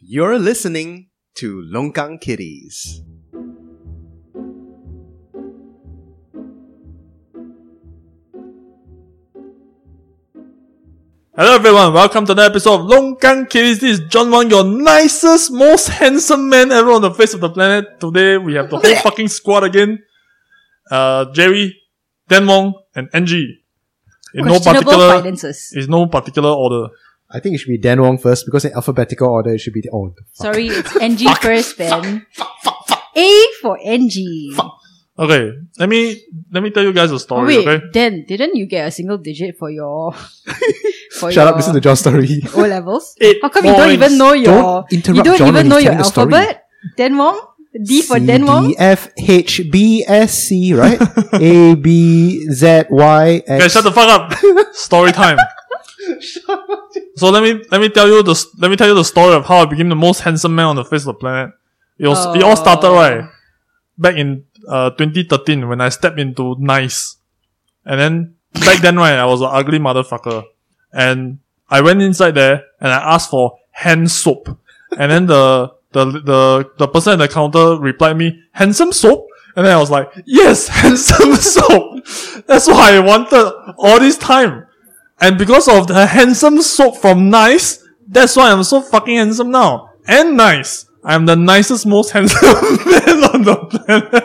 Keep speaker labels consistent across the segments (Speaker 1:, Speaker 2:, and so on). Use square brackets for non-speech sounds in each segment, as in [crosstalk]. Speaker 1: You're listening to Longkang Kitties.
Speaker 2: Hello everyone, welcome to another episode of Longkang Kitties. This is John Wang, your nicest, most handsome man ever on the face of the planet. Today we have the whole fucking squad again. Uh, Jerry, Denmong, and Angie. In no
Speaker 3: questionable
Speaker 2: particular,
Speaker 3: finances.
Speaker 2: is no particular order.
Speaker 4: I think it should be Dan Wong first because in alphabetical order it should be. Oh,
Speaker 3: Sorry, it's NG first, then. A for NG.
Speaker 2: Okay, let me, let me tell you guys a
Speaker 3: Oh,
Speaker 2: story,
Speaker 3: wait,
Speaker 2: okay?
Speaker 3: then didn't you get a single digit for your [laughs] for
Speaker 4: shut
Speaker 3: your
Speaker 4: up! Listen to John's
Speaker 3: [laughs]
Speaker 4: story.
Speaker 3: O levels?
Speaker 2: Eight
Speaker 3: How come you don't even
Speaker 2: points.
Speaker 3: know your
Speaker 4: Don't interrupt
Speaker 3: you don't
Speaker 4: John
Speaker 3: even
Speaker 4: when
Speaker 3: know
Speaker 4: he's
Speaker 3: your
Speaker 4: telling the story.
Speaker 3: alphabet? Den Wong, D for Den Wong.
Speaker 4: D F H B S C
Speaker 3: [laughs]
Speaker 4: right A B Z Y
Speaker 2: Okay,
Speaker 4: X.
Speaker 2: shut the fuck up.
Speaker 3: [laughs]
Speaker 2: story time. so let me let me tell you the let me tell you the story of how I became the most handsome man on the face of the planet. It was, it all started
Speaker 3: Oh.
Speaker 2: right back in uh 2013 when I stepped into Nice, and then back then right I was an ugly motherfucker, and I went inside there and I asked for hand soap, and then the the the the person at the counter replied me handsome soap, and then I was like yes [laughs] handsome soap, that's what I wanted all this time. And because of the handsome soap from Nice, that's why I'm so fucking handsome now. And nice. I'm the nicest, most [laughs] handsome man on the planet.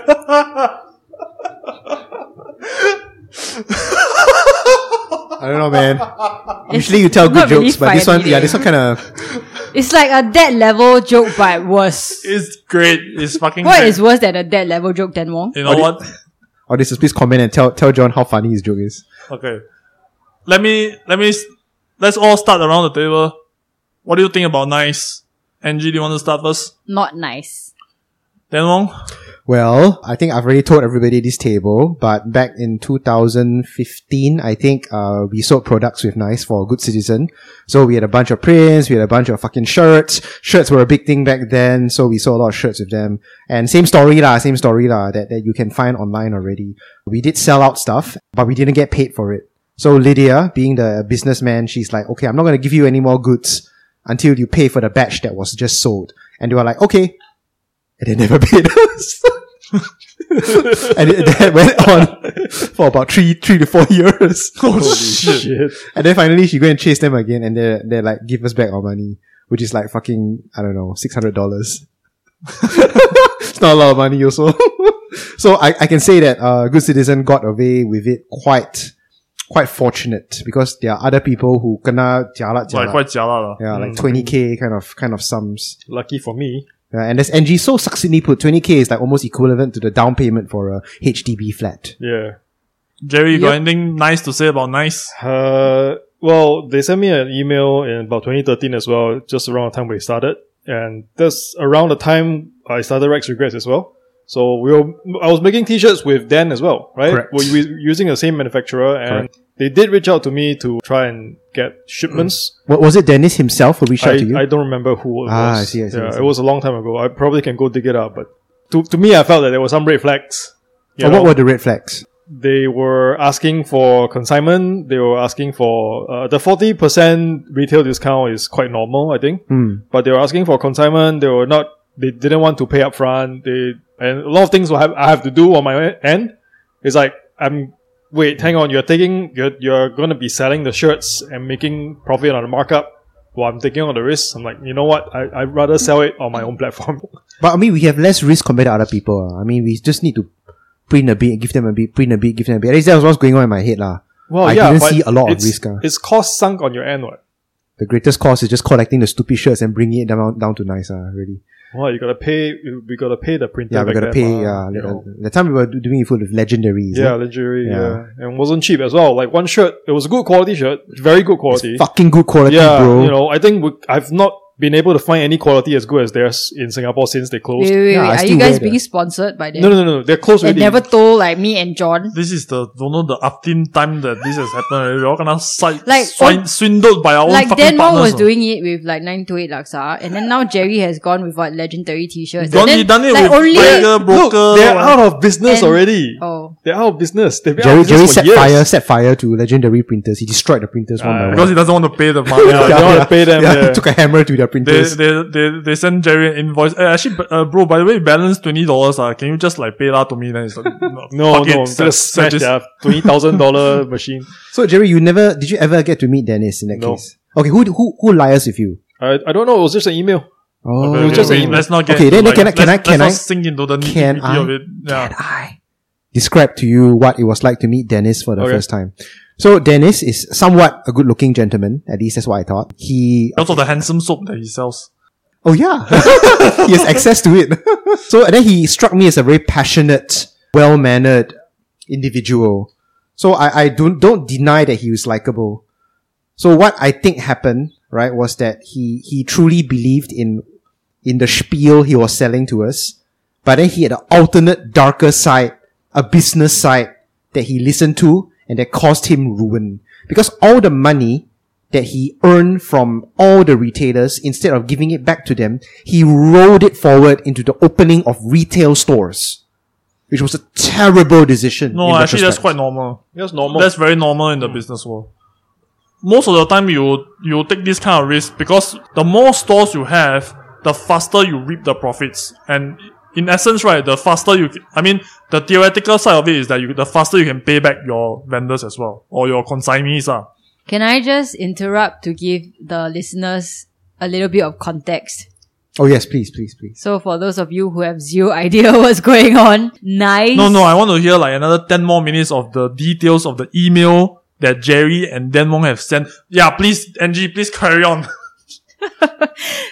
Speaker 4: I don't know, man.
Speaker 3: It's
Speaker 4: Usually you tell
Speaker 3: not
Speaker 4: good
Speaker 3: really
Speaker 4: jokes, but this
Speaker 3: funny,
Speaker 4: one, yeah,
Speaker 3: eh?
Speaker 4: this one kind of.
Speaker 3: It's like a dead level joke,
Speaker 2: [laughs]
Speaker 3: but worse.
Speaker 2: it's great. It's fucking
Speaker 3: What
Speaker 2: great.
Speaker 3: is worse than a dead level joke, Den Wong?
Speaker 2: you know what?
Speaker 4: Oh, this is please comment and tell tell John how funny his joke is.
Speaker 2: Okay. Let me, let me, s- let's all start around the table. What do you think about nice? Angie, do you want to start first?
Speaker 3: Not nice.
Speaker 2: Then Wong?
Speaker 4: Well, I think I've already told everybody this table, but back in 2015, I think, uh, we sold products with Nice for a good citizen. So we had a bunch of prints, we had a bunch of fucking shirts. Shirts were a big thing back then, so we sold a lot of shirts with them. And same story lah, same story lah, that, that you can find online already. We did sell out stuff, but we didn't get paid for it. So Lydia, being the businessman, she's like, okay, I'm not gonna give you any more goods until you pay for the batch that was just sold. And they were like, okay. And they never [laughs] paid us and it, that went on for about three three to four [laughs] years. [laughs]
Speaker 2: Oh shit.
Speaker 4: And then finally, she go and chase them again, and they're they're like, give us back our money, which is like fucking I don't know six hundred dollars. [laughs] it's not a lot of money, also. [laughs] so I, I can say that uh, Good Citizen got away with it quite quite fortunate because there are other people who kena jialat
Speaker 2: Like,
Speaker 4: jialat.
Speaker 2: quite jialat lah. Mm.
Speaker 4: yeah, like twenty k kind of kind of sums.
Speaker 5: Mm. Lucky for me.
Speaker 4: Uh, and as NG so succinctly put, twenty k is like almost equivalent to the down payment for a HDB flat.
Speaker 5: Yeah.
Speaker 2: Jerry, you got
Speaker 3: Yep.
Speaker 2: anything nice to say about nice?
Speaker 5: Uh, well, they sent me an email in about 2013 as well, just around the time we started. And that's around the time I started Rex Regrets as well. So we were, I was making t-shirts with Dan as well, right?
Speaker 4: Correct.
Speaker 5: We were using the same manufacturer and they did reach out to me to try and get shipments.
Speaker 4: What was it, Dennis himself who reached Mm. out to you?
Speaker 5: I, I don't remember who it
Speaker 4: Ah,
Speaker 5: was.
Speaker 4: I see, I see, I
Speaker 5: yeah,
Speaker 4: see.
Speaker 5: It was a long time ago. I probably can go dig it up, but to, to me, I felt that there were some red flags. you
Speaker 4: Or
Speaker 5: know?
Speaker 4: what were the red flags?
Speaker 5: they were asking for consignment. They were asking for uh, the forty percent retail discount is quite normal, I think.
Speaker 4: Hmm.
Speaker 5: But they were asking for consignment. They were not. They didn't want to pay upfront. They and a lot of things will have, I have to do on my end. It's like I'm. Wait, hang on. You're taking. You're you're going to be selling the shirts and making profit on the markup. Well, I'm taking on the risk. I'm like, you know what? I I'd rather sell it on my own platform. [laughs]
Speaker 4: But I mean, we have less risk compared to other people. ah. I mean, we just need to print a bit, give them a bit, print a bit, give them a bit. At least that was what's going on in my head. lah.
Speaker 5: Well,
Speaker 4: I
Speaker 5: yeah,
Speaker 4: didn't
Speaker 5: but
Speaker 4: see a lot of
Speaker 5: it's-
Speaker 4: risk. ah.
Speaker 5: It's cost sunk on your end, what?
Speaker 4: The greatest cost is just collecting the stupid shirts and bringing it down, down to nice, uh, really.
Speaker 5: Well, you gotta pay. We gotta pay the printer.
Speaker 4: Yeah, we
Speaker 5: back
Speaker 4: gotta
Speaker 5: then,
Speaker 4: pay.
Speaker 5: mah,
Speaker 4: yeah,
Speaker 5: ah, you know.
Speaker 4: the time we were do- doing it full of legendaries.
Speaker 5: yeah,
Speaker 4: eh?
Speaker 5: legendary.
Speaker 4: Yeah.
Speaker 5: Yeah. and wasn't cheap as well. Like one shirt, it was a good quality shirt, very good quality.
Speaker 4: It's fucking good quality,
Speaker 5: yeah,
Speaker 4: bro.
Speaker 5: you know, I think we, I've not been able to find any quality as good as theirs in Singapore since they
Speaker 3: Wait,
Speaker 5: closed.
Speaker 3: wait, wait.
Speaker 4: Yeah, I
Speaker 3: Are you
Speaker 4: still
Speaker 3: guys
Speaker 4: wear the-
Speaker 3: being sponsored by them?
Speaker 5: No, no, no, no. They're closed
Speaker 3: They
Speaker 5: already.
Speaker 3: never told like me and John.
Speaker 2: This is the don't know the upteen time that this has happened. already. We all gonna si-
Speaker 3: Like,
Speaker 2: swin- swindled by our own
Speaker 3: Like
Speaker 2: fucking
Speaker 3: Dan Wong
Speaker 2: partners.
Speaker 3: was
Speaker 2: ah.
Speaker 3: doing it with like nine to eight laksa, and then now Jerry has gone with what legendary T-shirts.
Speaker 2: Don't
Speaker 3: and
Speaker 2: you
Speaker 3: then,
Speaker 2: done it
Speaker 3: like
Speaker 2: with
Speaker 3: only
Speaker 2: Tiger
Speaker 5: Look,
Speaker 2: Broker?
Speaker 5: they're
Speaker 2: or-
Speaker 5: out of business
Speaker 3: And-
Speaker 5: already.
Speaker 3: oh
Speaker 5: They're out of business. They've been out
Speaker 4: Jerry,
Speaker 5: of business
Speaker 4: Jerry
Speaker 5: for
Speaker 4: set
Speaker 5: years.
Speaker 4: fire, set fire to legendary printers. He destroyed the printers one by
Speaker 2: because
Speaker 4: one.
Speaker 2: he doesn't want to pay the money.
Speaker 5: [laughs]
Speaker 4: [laughs]
Speaker 5: Yeah, they don't wanna pay them,
Speaker 4: he
Speaker 5: yeah.
Speaker 4: took a hammer to their their
Speaker 2: They,
Speaker 4: printers.
Speaker 2: they, they, they send Jerry an invoice. Eh, actually, b- uh, bro, by the way, balance $20. Uh, can you just like pay that to me? Then it's like, [laughs] no,
Speaker 5: No,
Speaker 2: fuck it,
Speaker 5: no,
Speaker 2: send-
Speaker 5: just
Speaker 2: send
Speaker 5: smash
Speaker 2: this-
Speaker 5: their twenty thousand dollar [laughs] machine.
Speaker 4: so Jerry, you never did you ever get to meet Dennis in that
Speaker 5: No.
Speaker 4: case? Okay, who who who liars with you?
Speaker 5: I, I don't know. It was just an email.
Speaker 4: Oh,
Speaker 2: Okay, okay,
Speaker 5: just
Speaker 2: wait,
Speaker 5: an
Speaker 2: let's not get
Speaker 4: Okay, then-
Speaker 2: into,
Speaker 4: then
Speaker 2: like,
Speaker 4: can I-
Speaker 2: let's-
Speaker 4: can I-
Speaker 2: let's not sink into the
Speaker 4: can
Speaker 2: nitty-gritty of
Speaker 4: I-
Speaker 2: it. Yeah.
Speaker 4: Can [laughs] I describe to you what it was like to meet Dennis for the
Speaker 5: Okay.
Speaker 4: first time? So Dennis is somewhat a good-looking gentleman. At least that's what I thought. He
Speaker 2: Also, the handsome soap that he sells.
Speaker 4: Oh yeah, [laughs] he has access to it. [laughs] so and then he struck me as a very passionate, well-mannered individual. So I, I don't don't deny that he was likable. So what I think happened right was that he he truly believed in in the spiel he was selling to us, but then he had an alternate darker side, a business side that he listened to and that caused him ruin because all the money that he earned from all the retailers, instead of giving it back to them, he rolled it forward into the opening of retail stores, which was a terrible decision.
Speaker 2: No,
Speaker 4: in
Speaker 2: actually, that's
Speaker 4: retrospect.
Speaker 2: quite normal.
Speaker 5: That's normal.
Speaker 2: That's very normal in the business world. Most of the time, you you take this kind of risk because the more stores you have, the faster you reap the profits. And in essence, right, the faster you, I mean, the theoretical side of it is that you, the faster you can pay back your vendors as well or your consignees. Ah,
Speaker 3: Can I just interrupt to give the listeners a little bit of context?
Speaker 4: Oh yes, please, please, please.
Speaker 3: So for those of you who have zero [laughs] idea what's going on, nice.
Speaker 2: No, no, I want to hear like another ten more minutes of the details of the email that Jerry and Dan Wong have sent. Yeah, please, NG, please carry on. [laughs]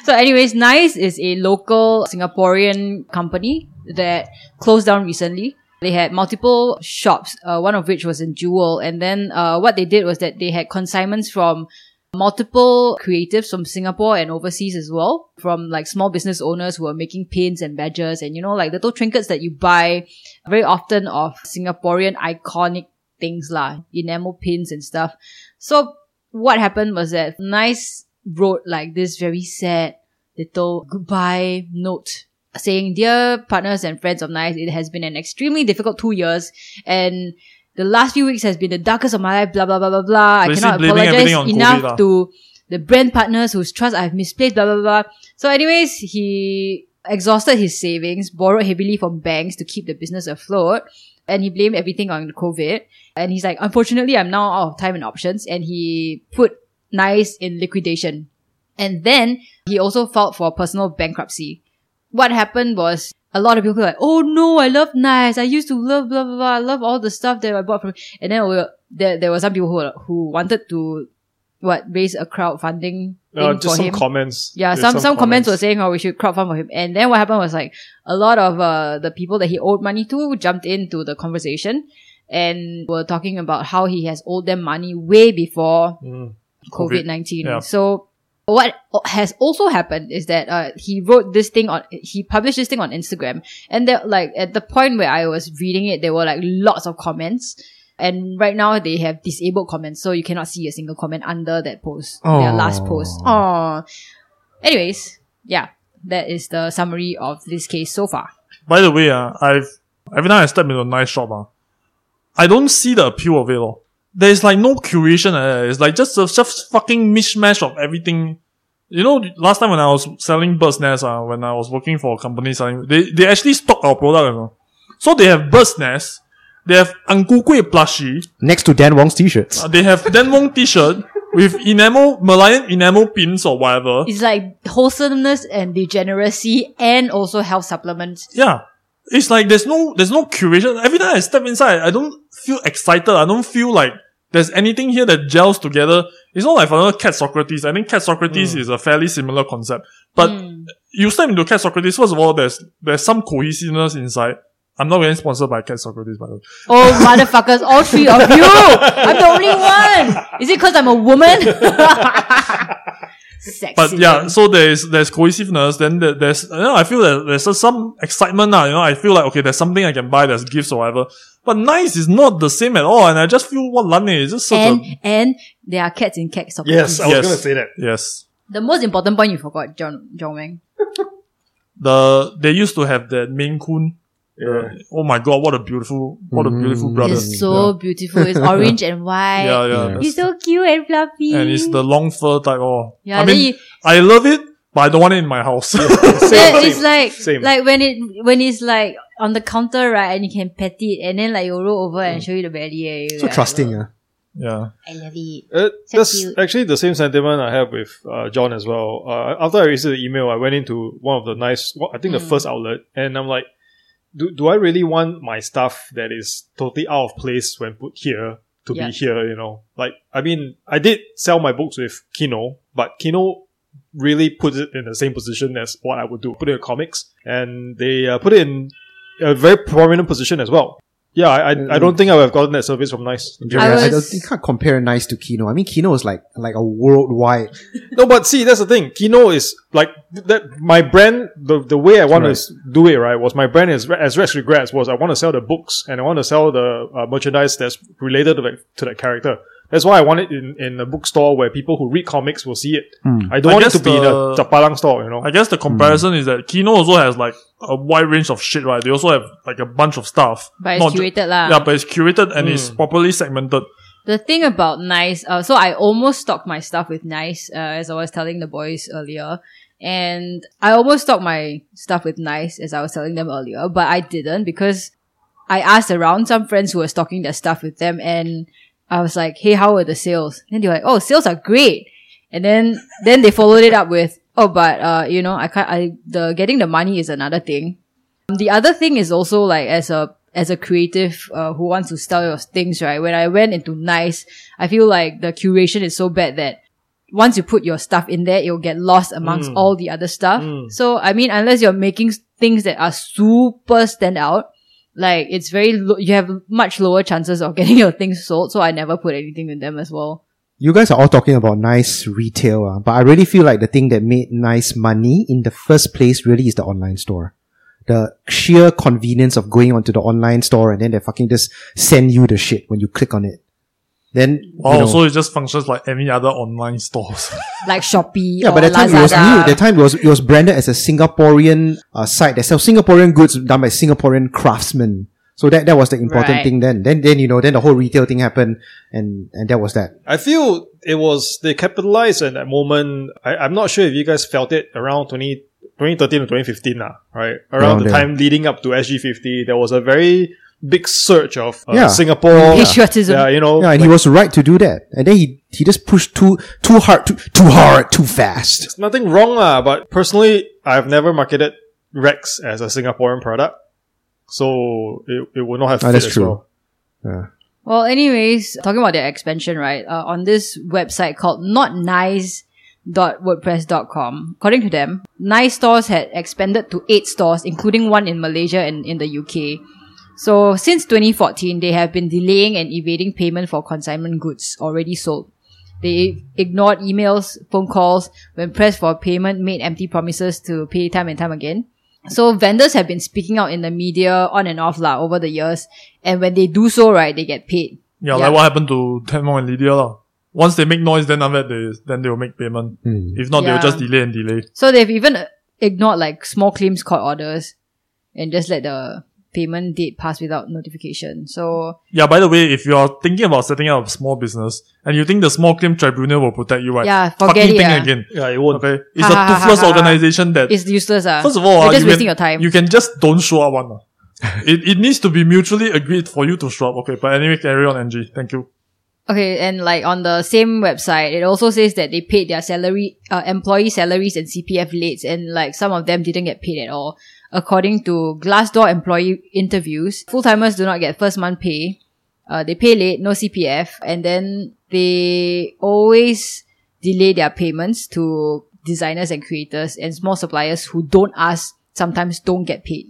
Speaker 3: So, anyways, Nice is a local Singaporean company that closed down recently. They had multiple shops, uh, one of which was in Jewel. And then uh, what they did was that they had consignments from multiple creatives from Singapore and overseas as well, from like small business owners who are making pins and badges and, you know, like little trinkets that you buy very often of Singaporean iconic things, lah, enamel pins and stuff. So what happened was that Nice wrote like this very sad little goodbye note saying, Dear partners and friends of Nice, it has been an extremely difficult two years and the last few weeks has been the darkest of my life, blah, blah, blah, blah, blah.
Speaker 2: Basically
Speaker 3: I cannot
Speaker 2: blaming everything on
Speaker 3: apologize enough
Speaker 2: COVID ah. lah.
Speaker 3: to the brand partners whose trust I've misplaced, blah, blah, blah. So anyways, he exhausted his savings, borrowed heavily from banks to keep the business afloat and he blamed everything on COVID. And he's like, unfortunately, I'm now out of time and options. And he put Nice in liquidation. And then he also filed for personal bankruptcy. What happened was a lot of people were like, oh no, I love Nice. I used to love blah, blah, blah. I love all the stuff that I bought from. And then we were- there, there were some people who, who wanted to, what, raise a crowdfunding thing
Speaker 5: uh, just
Speaker 3: for
Speaker 5: some
Speaker 3: him.
Speaker 5: comments.
Speaker 3: Yeah,
Speaker 5: There's
Speaker 3: some, some, comments were saying, oh, we should crowdfund for him. And then what happened was like a lot of uh, the people that he owed money to jumped into the conversation and were talking about how he has owed them money way before
Speaker 5: Mm.
Speaker 3: COVID 19.
Speaker 2: yeah.
Speaker 3: So, what o- has also happened is that uh, he wrote this thing on, he published this thing on Instagram. And that, like, at the point where I was reading it, there were like lots of comments. And right now they have disabled comments, so you cannot see a single comment under that post, their last
Speaker 4: Aw.
Speaker 3: post. Oh. Anyways, yeah, that is the summary of this case so far.
Speaker 2: By the way, uh, I've every time I step into a nice shop, uh, I don't see the appeal of it. all. There's like no curation. Uh, it's like just a just fucking mishmash of everything. You know, last time when I was selling bird's nest, uh, when I was working for a company selling, they, they actually stock our product. You know? So they have bird's nest, they have Angu Kueh plushie,
Speaker 4: Next to Dan Wong's t-shirts.
Speaker 2: uh, they have Dan Wong t-shirt with enamel, Malayan enamel pins or whatever.
Speaker 3: It's like wholesomeness and degeneracy and also health supplements.
Speaker 2: Yeah. It's like there's no there's no curation. Every time I step inside, I don't feel excited. I don't feel like there's anything here that gels together. It's not like for another Cat Socrates. I think Cat Socrates is a fairly similar concept. But
Speaker 3: Mm. Hmm.
Speaker 2: you step into Cat Socrates, first of all, there's there's some cohesiveness inside. I'm not getting sponsored by Cat Socrates, by the way.
Speaker 3: Oh, motherfuckers, all three of you! I'm the only one! Is it because I'm a woman? Sexy.
Speaker 2: But yeah, so there's there's cohesiveness. Then there, there's you know, I feel that there's just some excitement now. You know, I feel like okay, there's something I can buy. There's gifts or whatever. But nice is not the same at all. And I just feel what Lane is just such
Speaker 3: and,
Speaker 2: a
Speaker 3: and there are cats in cats. of
Speaker 5: Yes, I
Speaker 2: Yes.
Speaker 5: was gonna say that.
Speaker 2: yes.
Speaker 3: The most important point you forgot, John, John Wang.
Speaker 2: the they used to have that Maine Coon.
Speaker 5: Yeah.
Speaker 2: Oh my god, what a beautiful, what a beautiful
Speaker 4: Mm.
Speaker 2: brother.
Speaker 3: It's so beautiful. It's orange and
Speaker 2: yeah,
Speaker 3: white.
Speaker 2: yeah.
Speaker 4: Yeah.
Speaker 2: that's-
Speaker 3: He's so cute and fluffy.
Speaker 2: and it's the long fur type. Oh,
Speaker 3: yeah,
Speaker 2: I
Speaker 3: then
Speaker 2: mean,
Speaker 3: you,
Speaker 2: I love it, but I don't want it in my house.
Speaker 3: Yeah,
Speaker 5: same,
Speaker 3: it's like
Speaker 5: same.
Speaker 3: like when it when it's like on the counter right and you can pet it and then like you roll over and show you the belly area.
Speaker 4: So trusting. Uh.
Speaker 2: [laughs] yeah.
Speaker 3: I love it.
Speaker 5: Uh,
Speaker 3: So
Speaker 5: that's
Speaker 3: cute.
Speaker 5: actually the same sentiment I have with uh, John as well. Uh, after I received the email, I went into one of the nice, well, I think the first outlet, and I'm like, do, do I really want my stuff that is totally out of place when put here to
Speaker 3: Yeah.
Speaker 5: be here, you know? Like, I mean, I did sell my books with Kino, but Kino really puts it in the same position as what I would do. Put it in comics, and they uh, put it in a very prominent position as well. Yeah, I, I, I don't think I would have gotten that service from Nice.
Speaker 4: Yeah, I,
Speaker 3: was-
Speaker 4: don't, you can't compare nice to Kino. I mean, Kino is like like a worldwide.
Speaker 5: No, but see, that's the thing. Kino is like that. My brand, the, the way I want
Speaker 4: Right.
Speaker 5: to do it, right, was my brand is as Rex regrets was I want to sell the books and I want to sell the uh, merchandise that's related to that, to that character. That's why I want it in, in a bookstore where people who read comics will see it. I don't
Speaker 2: I
Speaker 5: want it
Speaker 2: guess
Speaker 5: to be in a
Speaker 2: the-
Speaker 5: Tapalang store, you know.
Speaker 2: I guess the comparison is that Kino also has like a wide range of shit, right? They also have like a bunch of stuff.
Speaker 3: But it's
Speaker 2: Not ju-
Speaker 3: curated lah.
Speaker 2: Yeah, but it's curated and it's properly segmented.
Speaker 3: The thing about Nice, uh, so I almost stocked my stuff with Nice, uh, as I was telling the boys earlier. And I almost stocked my stuff with Nice, as I was telling them earlier, but I didn't because I asked around some friends who were stocking their stuff with them and I was like, hey, how are the sales? And they were like, oh, sales are great. And then, then they followed it up with, oh, but, uh, you know, I can't, I, the getting the money is another thing. The other thing is also like as a as a creative uh, who wants to sell your things, right? When I went into Nice, I feel like the curation is so bad that once you put your stuff in there, it'll get lost amongst all the other stuff. So I mean, unless you're making s- things that are super stand out, like it's very lo- you have much lower chances of [laughs] getting your things sold. So I never put anything in them as well.
Speaker 4: You guys are all talking about nice retail, uh, but I really feel like the thing that made nice money in the first place really is the online store. The sheer convenience of going onto the online store and then they fucking just send you the shit when you click on it. Then you
Speaker 2: Oh,
Speaker 4: know-
Speaker 2: so it just functions like any other online stores. [laughs]
Speaker 3: Like Shopee,
Speaker 4: Yeah,
Speaker 3: or
Speaker 4: but that time it was new.
Speaker 3: Lazada.
Speaker 4: That time it was it was branded as a Singaporean uh, site that sells Singaporean goods done by Singaporean craftsmen. So that, that was the important
Speaker 3: Right.
Speaker 4: thing then. Then then you know then the whole retail thing happened and and that was that.
Speaker 5: I feel it was they capitalized at that moment. I, I'm not sure if you guys felt it around 20, 2013 or 2015, lah, right? Around
Speaker 4: Around
Speaker 5: the
Speaker 4: there.
Speaker 5: time leading up to SG50, there was a very big surge of uh,
Speaker 4: Yeah.
Speaker 5: Singapore.
Speaker 3: Patriotism.
Speaker 5: Yeah, you know.
Speaker 4: Yeah, and he was right to do that. And then he he just pushed too too hard too too hard too fast.
Speaker 5: It's nothing wrong, lah, but personally, I've never marketed Rex as a Singaporean product. So it, it would not have
Speaker 4: Ah,
Speaker 5: fit
Speaker 4: that's
Speaker 5: as
Speaker 4: true.
Speaker 5: well.
Speaker 3: Well, anyways, talking about their expansion, right? Uh, on this website called notnice.wordpress.com, according to them, Nice stores had expanded to eight stores, including one in Malaysia and in the UK. So since 2014, they have been delaying and evading payment for consignment goods already sold. They ignored emails, phone calls, when pressed for payment, made empty promises to pay time and time again. So vendors have been speaking out in the media on and off lah over the years, and when they do so, right, they get paid.
Speaker 2: Yeah,
Speaker 3: Yeah.
Speaker 2: like what happened to Tenmon and Lydia lah. Once they make noise, then after that they then they will make payment. If not,
Speaker 3: Yeah.
Speaker 2: they'll just delay and delay.
Speaker 3: So they've even uh, ignored like small claims court orders, and just let the payment date pass without notification. So
Speaker 2: Yeah, by the way, if you are thinking about setting up a small business and you think the small claim tribunal will protect you, right?
Speaker 3: Yeah, forget
Speaker 2: Fucking
Speaker 3: it,
Speaker 2: think
Speaker 3: yeah.
Speaker 2: again.
Speaker 5: Yeah, it
Speaker 3: [laughs]
Speaker 5: won't.
Speaker 2: Okay, it's
Speaker 3: Ha, ha,
Speaker 2: a
Speaker 3: ha, ha,
Speaker 2: toothless
Speaker 3: ha, ha.
Speaker 2: organization that
Speaker 3: it's useless. Uh.
Speaker 2: First of all,
Speaker 3: you're
Speaker 2: ah,
Speaker 3: just
Speaker 2: you
Speaker 3: wasting
Speaker 2: can,
Speaker 3: your time.
Speaker 2: You can just don't show up one. ah. it, it needs to be mutually agreed for you to show up. Okay, but anyway, carry on, NG. Thank you.
Speaker 3: Okay, and like on the same website, it also says that they paid their salary, uh, employee salaries and CPF late, and like some of them didn't get paid at all. According to Glassdoor employee interviews, full timers do not get first month pay. Uh, they pay late, no CPF, and then they always delay their payments to designers and creators and small suppliers who don't ask sometimes don't get paid.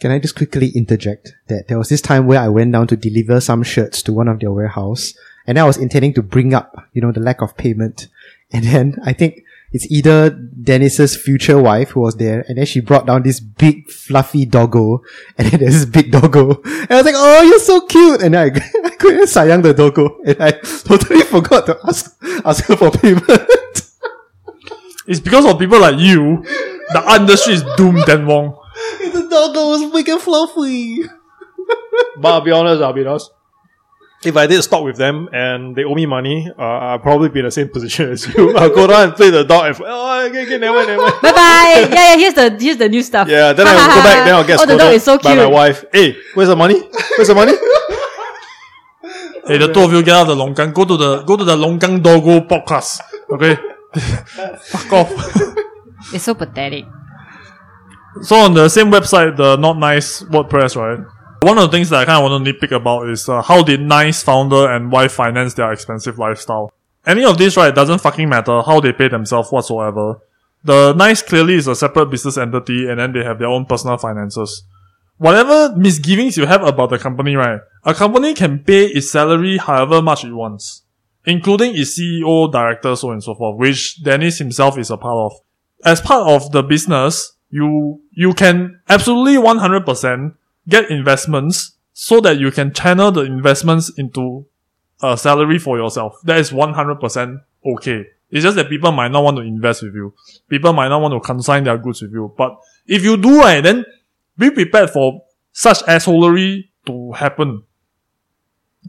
Speaker 4: Can I just quickly interject that there was this time where I went down to deliver some shirts to one of their warehouse and I was intending to bring up, you know, the lack of payment. [laughs] And then I think it's either Dennis's future wife who was there and then she brought down this big fluffy doggo [laughs] and then there's this big doggo. And I was like, oh, you're so cute. And I, [laughs] I couldn't sayang the doggo [laughs] and I totally [laughs] forgot to ask, ask her for payment. [laughs]
Speaker 2: It's because of people like you, the art industry is doomed, Dan Wong.
Speaker 4: the doggo was big and fluffy.
Speaker 5: But I'll be honest, I'll be honest. if I did stop with them and they owe me money, uh, I'll probably be in the same position as you. [laughs] I'll go down and play the dog. And, f- oh, okay, okay, never, mind, never. mind."
Speaker 3: Bye
Speaker 5: [laughs]
Speaker 3: bye. Yeah, yeah. Here's the here's the new stuff.
Speaker 5: Yeah, then I will go back. Then I'll
Speaker 3: [laughs]
Speaker 5: get
Speaker 3: Oh, the
Speaker 5: scolded
Speaker 3: dog is so cute.
Speaker 5: by my wife. Hey, where's the money? Where's the money?
Speaker 2: Hey, the two of you get out of the Longgang. Go to the go to the Longgang Dogo podcast. Okay, [laughs] fuck off.
Speaker 3: It's so pathetic.
Speaker 2: So on the same website, the not nice WordPress, right? One of the things that I kind of want to nitpick about is uh, how did Nice founder and wife finance their expensive lifestyle? Any of this, right, doesn't fucking matter how they pay themselves whatsoever. The Nice clearly is a separate business entity, and then they have their own personal finances. Whatever misgivings you have about the company, right? A company can pay its salary however much it wants, including its CEO, director, so on and so forth, which Dennis himself is a part of as part of the business, you you can absolutely 100% get investments so that you can channel the investments into a salary for yourself. That is 100% okay. It's just that people might not want to invest with you. People might not want to consign their goods with you. But if you do right, then be prepared for such assholery to happen.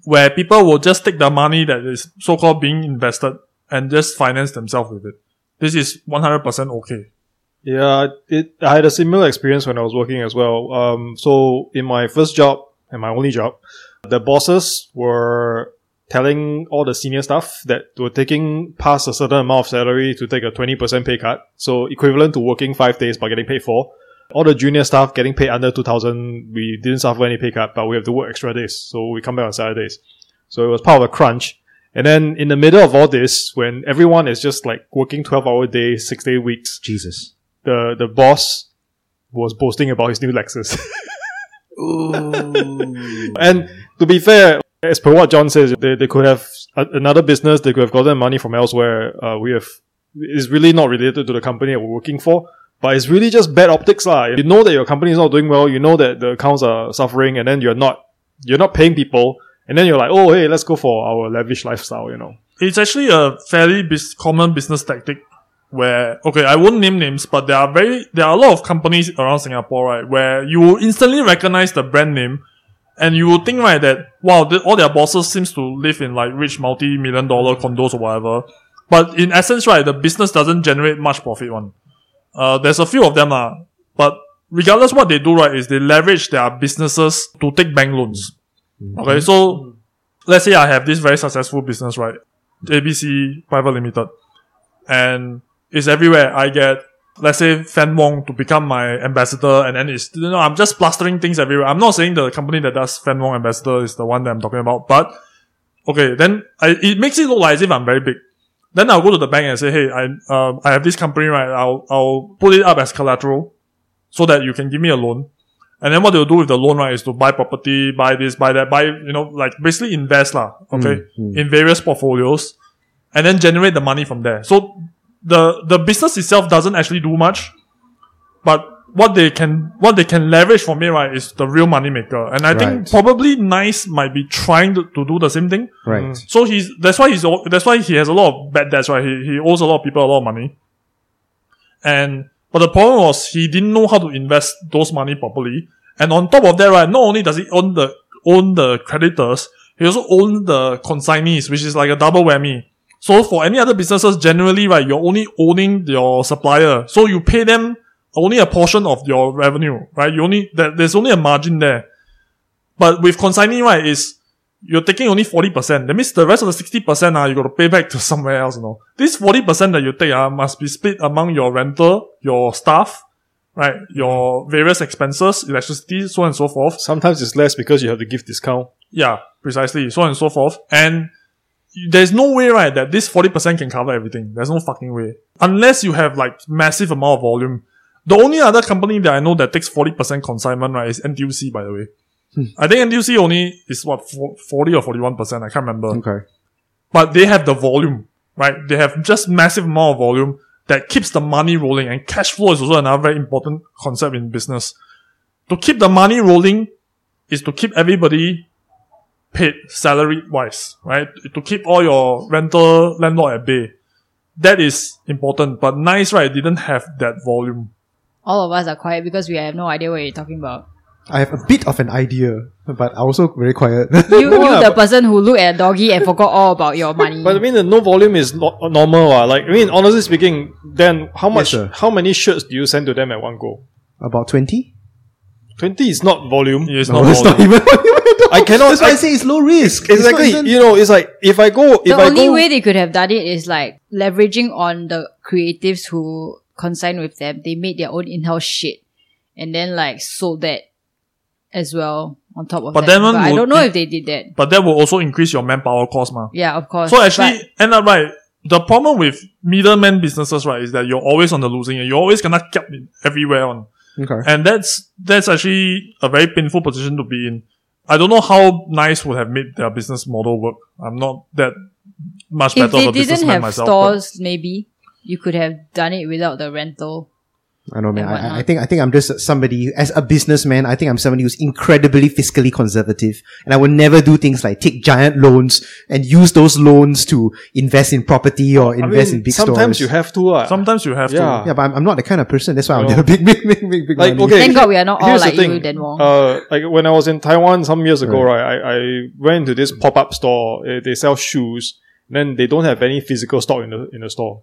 Speaker 2: Where people will just take the money that is so-called being invested and just finance themselves with it. This is 100% okay.
Speaker 5: Yeah, it, I had a similar experience when I was working as well. Um, so in my first job and my only job, the bosses were telling all the senior staff that they were taking past a certain amount of salary to take a 20% pay cut. So equivalent to working five days but getting paid four. All the junior staff getting paid under 2000. We didn't suffer any pay cut, but we have to work extra days. So we come back on Saturdays. So it was part of a crunch. And then in the middle of all this, when everyone is just like working 12 hour days, six day weeks,
Speaker 4: Jesus.
Speaker 5: the the boss was boasting about his new Lexus. [laughs] and to be fair, as per what John says, they, they could have a, another business, they could have gotten money from elsewhere. Uh, we have is really not related to the company that we're working for. But it's really just bad optics, lah. You know that your company is not doing well. You know that the accounts are suffering, and then you're not you're not paying people. And then you're like, oh hey, let's go for our lavish lifestyle, you know.
Speaker 2: It's actually a fairly bus- common business tactic where, okay, I won't name names, but there are very, there are a lot of companies around Singapore, right, where you will instantly recognize the brand name and you will think, right, that, wow, the, all their bosses seems to live in like rich multi-million dollar condos or whatever. But in essence, right, the business doesn't generate much profit one. Uh, there's a few of them, lah. But regardless what they do, right, is they leverage their businesses to take bank loans. Okay, so let's say I have this very successful business, right? ABC Private Limited. And it's everywhere. I get, let's say, Fan Wong to become my ambassador, and then it's, you know, I'm just plastering things everywhere. I'm not saying the company that does Fan Wong ambassador is the one that I'm talking about, but okay, then I, it makes it look like as if I'm very big. Then I'll go to the bank and say, hey, I, um, I have this company, right? I'll, I'll put it up as collateral so that you can give me a loan. And then what they'll do with the loan, right, is to buy property, buy this, buy that, buy, you know, like basically invest, lah, okay, in various portfolios and then generate the money from there. So the, the business itself doesn't actually do much, but what they can, what they can leverage from it, right, is the real money maker. And I think
Speaker 4: Right.
Speaker 2: probably Nice might be trying to, to do the same thing.
Speaker 4: Right.
Speaker 2: So he's that's why he's al- that's why he has a lot of bad debts, right? He he owes a lot of people a lot of money. And but the problem was he didn't know how to invest those money properly. And on top of that, right, not only does he own the own the creditors, he also owns the consignees, which is like a double whammy. So for any other businesses, generally, right, you're only owning your supplier. So you pay them only a portion of your revenue, right? You only there, there's only a margin there. But with consignee, right, is you're taking only 40%. That means the rest of the 60% uh, you got to pay back [laughs] to somewhere else. You know? This 40% that you take uh, must be split among your rental, your staff, right? Your various expenses, electricity, so on and so forth.
Speaker 5: Sometimes it's less because you have to give discount.
Speaker 2: Yeah, precisely. So on and so forth. And there's no way, right, that this 40% can cover everything. There's no fucking way. Unless you have like massive amount of volume. The only other company that I know that takes 40% consignment, right, is NTUC, by the way. I think NTUC only is what, fo- 40 or 41%, I can't remember
Speaker 4: Okay.
Speaker 2: but they have the volume, right? They have just massive amount of volume that keeps the money rolling. And cash flow is also another very important concept in business. To keep the money rolling is to keep everybody paid salary wise, right? To keep all your rental landlord at bay. That is important, but nice, right? Didn't have that volume.
Speaker 3: All of us are quiet because we have no idea what you're talking about.
Speaker 4: I have a bit of an idea, but I'm also very quiet. [laughs]
Speaker 3: You,
Speaker 5: No,
Speaker 3: you
Speaker 5: lah,
Speaker 3: the
Speaker 5: but-
Speaker 3: person who looked at a doggy and forgot all about your money.
Speaker 5: [laughs] But I mean, the no volume is not normal. ah. Like, I mean, honestly speaking, then how much,
Speaker 4: sir.
Speaker 5: how many shirts do you send to them at one go?
Speaker 4: About 20?
Speaker 5: 20 is not volume.
Speaker 2: It's
Speaker 4: No,
Speaker 2: not
Speaker 4: it's not
Speaker 2: volume.
Speaker 4: even.
Speaker 5: [laughs]
Speaker 4: [laughs]
Speaker 5: I cannot-
Speaker 4: That's why Oh, I,
Speaker 5: I-
Speaker 4: say it's low risk. It's not
Speaker 5: Exactly.
Speaker 4: even-
Speaker 5: you know, it's like, if I go, if
Speaker 3: the
Speaker 5: I
Speaker 3: only
Speaker 5: go,
Speaker 3: way they could have done it is like leveraging on the creatives who consigned with them. They made their own in-house shit and then like sold that as well on top of
Speaker 2: But
Speaker 3: that.
Speaker 2: then one
Speaker 3: but I
Speaker 2: would
Speaker 3: don't know
Speaker 2: be-
Speaker 3: if they did that.
Speaker 2: But that will also increase your manpower cost, mah.
Speaker 3: Yeah, of course.
Speaker 2: So actually, end up right. The problem with middleman businesses, right, is that you're always on the losing end. You're always gonna cap it everywhere on,
Speaker 4: Okay.
Speaker 2: and that's that's actually a very painful position to be in. I don't know how Nice would have made their business model work. I'm not that much
Speaker 3: but if
Speaker 2: better of
Speaker 3: they
Speaker 2: a
Speaker 3: didn't
Speaker 2: businessman
Speaker 3: have
Speaker 2: myself. but-
Speaker 3: stores, maybe you could have done it without the rental.
Speaker 4: I know, man.
Speaker 3: And
Speaker 4: I, I
Speaker 3: whatnot.
Speaker 4: think I think I'm just somebody as a businessman. I think I'm somebody who's incredibly fiscally conservative, and I will never do things like take giant loans and use those loans to invest in property or
Speaker 5: I
Speaker 4: invest
Speaker 5: mean,
Speaker 4: in big
Speaker 5: sometimes
Speaker 4: stores.
Speaker 5: you have to. ah.
Speaker 2: Sometimes you have
Speaker 5: Yeah.
Speaker 2: to.
Speaker 4: yeah, but I'm, I'm not the [laughs] kind of person. That's why I'm
Speaker 5: No.
Speaker 4: never big, big, big, big, big
Speaker 5: Like,
Speaker 4: money.
Speaker 5: okay.
Speaker 3: Thank God we are not all
Speaker 5: Here's the
Speaker 3: like
Speaker 5: thing.
Speaker 3: you, Dan Wong.
Speaker 5: Uh, like when I was in Taiwan some years ago, right, I, I went to this pop up store. Uh, they sell shoes. Then they don't have any physical stock in the in the store.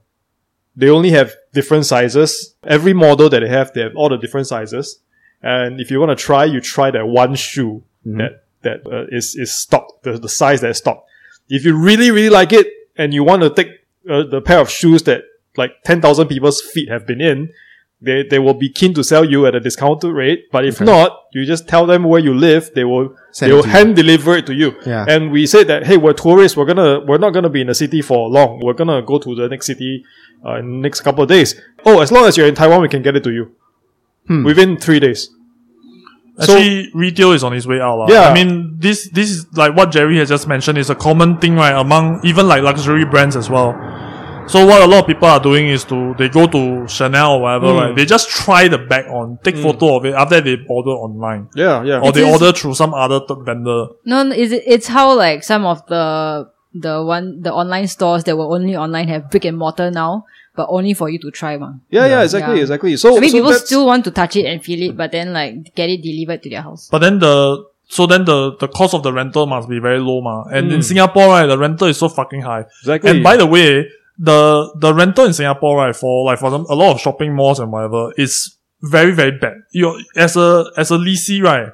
Speaker 5: They only have different sizes. Every model that they have, they have all the different sizes. And if you want to try, you try that one shoe
Speaker 4: Mm-hmm.
Speaker 5: that that uh, is is stocked, the, the size that is stocked. If you really really like it and you want to take uh, the pair of shoes that like ten thousand people's feet have been in, they, they will be keen to sell you at a discounted rate. But if not, you just tell them where you live. They will
Speaker 4: Send
Speaker 5: they
Speaker 4: it
Speaker 5: will
Speaker 4: to you.
Speaker 5: hand deliver it to you.
Speaker 4: Yeah.
Speaker 5: And we said that hey, we're tourists. We're gonna we're not gonna be in the city for long. We're gonna go to the next city uh, in the next couple of days. Oh, as long as you're in Taiwan, we can get it to you
Speaker 4: Hmm.
Speaker 5: within three days.
Speaker 2: Actually, retail is on its way out. lah.
Speaker 5: Yeah.
Speaker 2: I mean, this this is like what Jerry has just mentioned is a common thing, right, among even like luxury brands as well. So what a lot of people are doing is to they go to Chanel or whatever,
Speaker 5: Hmm.
Speaker 2: right? They just try the bag on, take photo of it after they order online.
Speaker 5: Yeah, Hmm. yeah.
Speaker 2: Or they
Speaker 3: is-
Speaker 2: order through some other third vendor.
Speaker 3: No, no, is it, it's how like some of the the one the online stores that were only online have brick and mortar now, but only for you to try one.
Speaker 5: yeah, yeah, exactly,
Speaker 3: Yeah.
Speaker 5: exactly. So,
Speaker 3: I mean,
Speaker 5: Oh, so
Speaker 3: people
Speaker 5: that's-
Speaker 3: still want to touch it and feel it, but then like get it delivered to their house.
Speaker 2: But then the so then the, the cost of the rental must be very low, ma. And
Speaker 5: Hmm.
Speaker 2: in Singapore, right, the rental is so fucking high.
Speaker 5: Exactly.
Speaker 2: And by the way, the the rental in Singapore, right, for like for some, a lot of shopping malls and whatever, is very very bad. You as a as a leasee, right,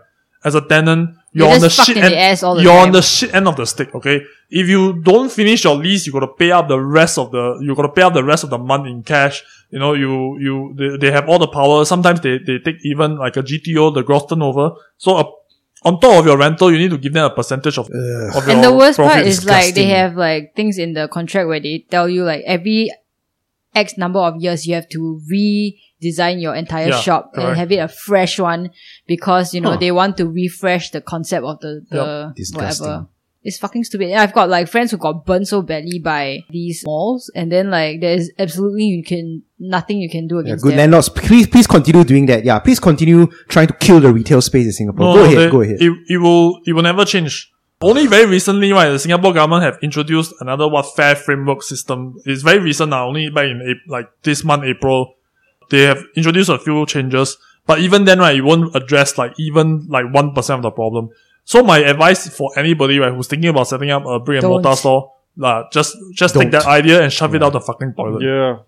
Speaker 2: as a tenant, you're,
Speaker 3: You're
Speaker 2: on the
Speaker 3: just fucked
Speaker 2: shit
Speaker 3: in
Speaker 2: end.
Speaker 3: the ass all the
Speaker 2: you're on
Speaker 3: time.
Speaker 2: the shit end of the stick. Okay, if you don't finish your lease, you gotta pay up the rest of the you gotta pay up the rest of the month in cash. You know, you you they, they have all the power. Sometimes they they take even like a GTO, the gross turnover. So a, on top of your rental, you need to give them a percentage of. of
Speaker 3: And
Speaker 2: your
Speaker 3: the worst part
Speaker 2: profit.
Speaker 3: is like
Speaker 2: Disgusting.
Speaker 3: they have like things in the contract where they tell you like every X number of years you have to redesign your entire
Speaker 2: Yeah,
Speaker 3: shop and
Speaker 2: correct.
Speaker 3: have it a fresh one because you know
Speaker 2: Huh.
Speaker 3: they want to refresh the concept of the, the
Speaker 4: Disgusting.
Speaker 3: whatever. It's fucking stupid. And I've got like friends who got burned so badly by these malls, and then like there is absolutely you can nothing you can do
Speaker 4: Yeah,
Speaker 3: against
Speaker 4: good
Speaker 3: them.
Speaker 4: landlords, please, please continue doing that. Yeah, please continue trying to kill the retail space in Singapore. go ahead,
Speaker 2: Oh, they-
Speaker 4: go ahead.
Speaker 2: It, it will it will never change. Only very recently, right, the Singapore government have introduced another what fair framework system. It's very recent now, only back in April, like this month, April, they have introduced a few changes. But even then, right, it won't address like even like one percent of the problem. So my advice for anybody right who's thinking about setting up a brick and mortar
Speaker 3: Don't.
Speaker 2: store, uh, just just take
Speaker 4: Don't.
Speaker 2: that idea and shove it out the fucking toilet.
Speaker 5: yeah,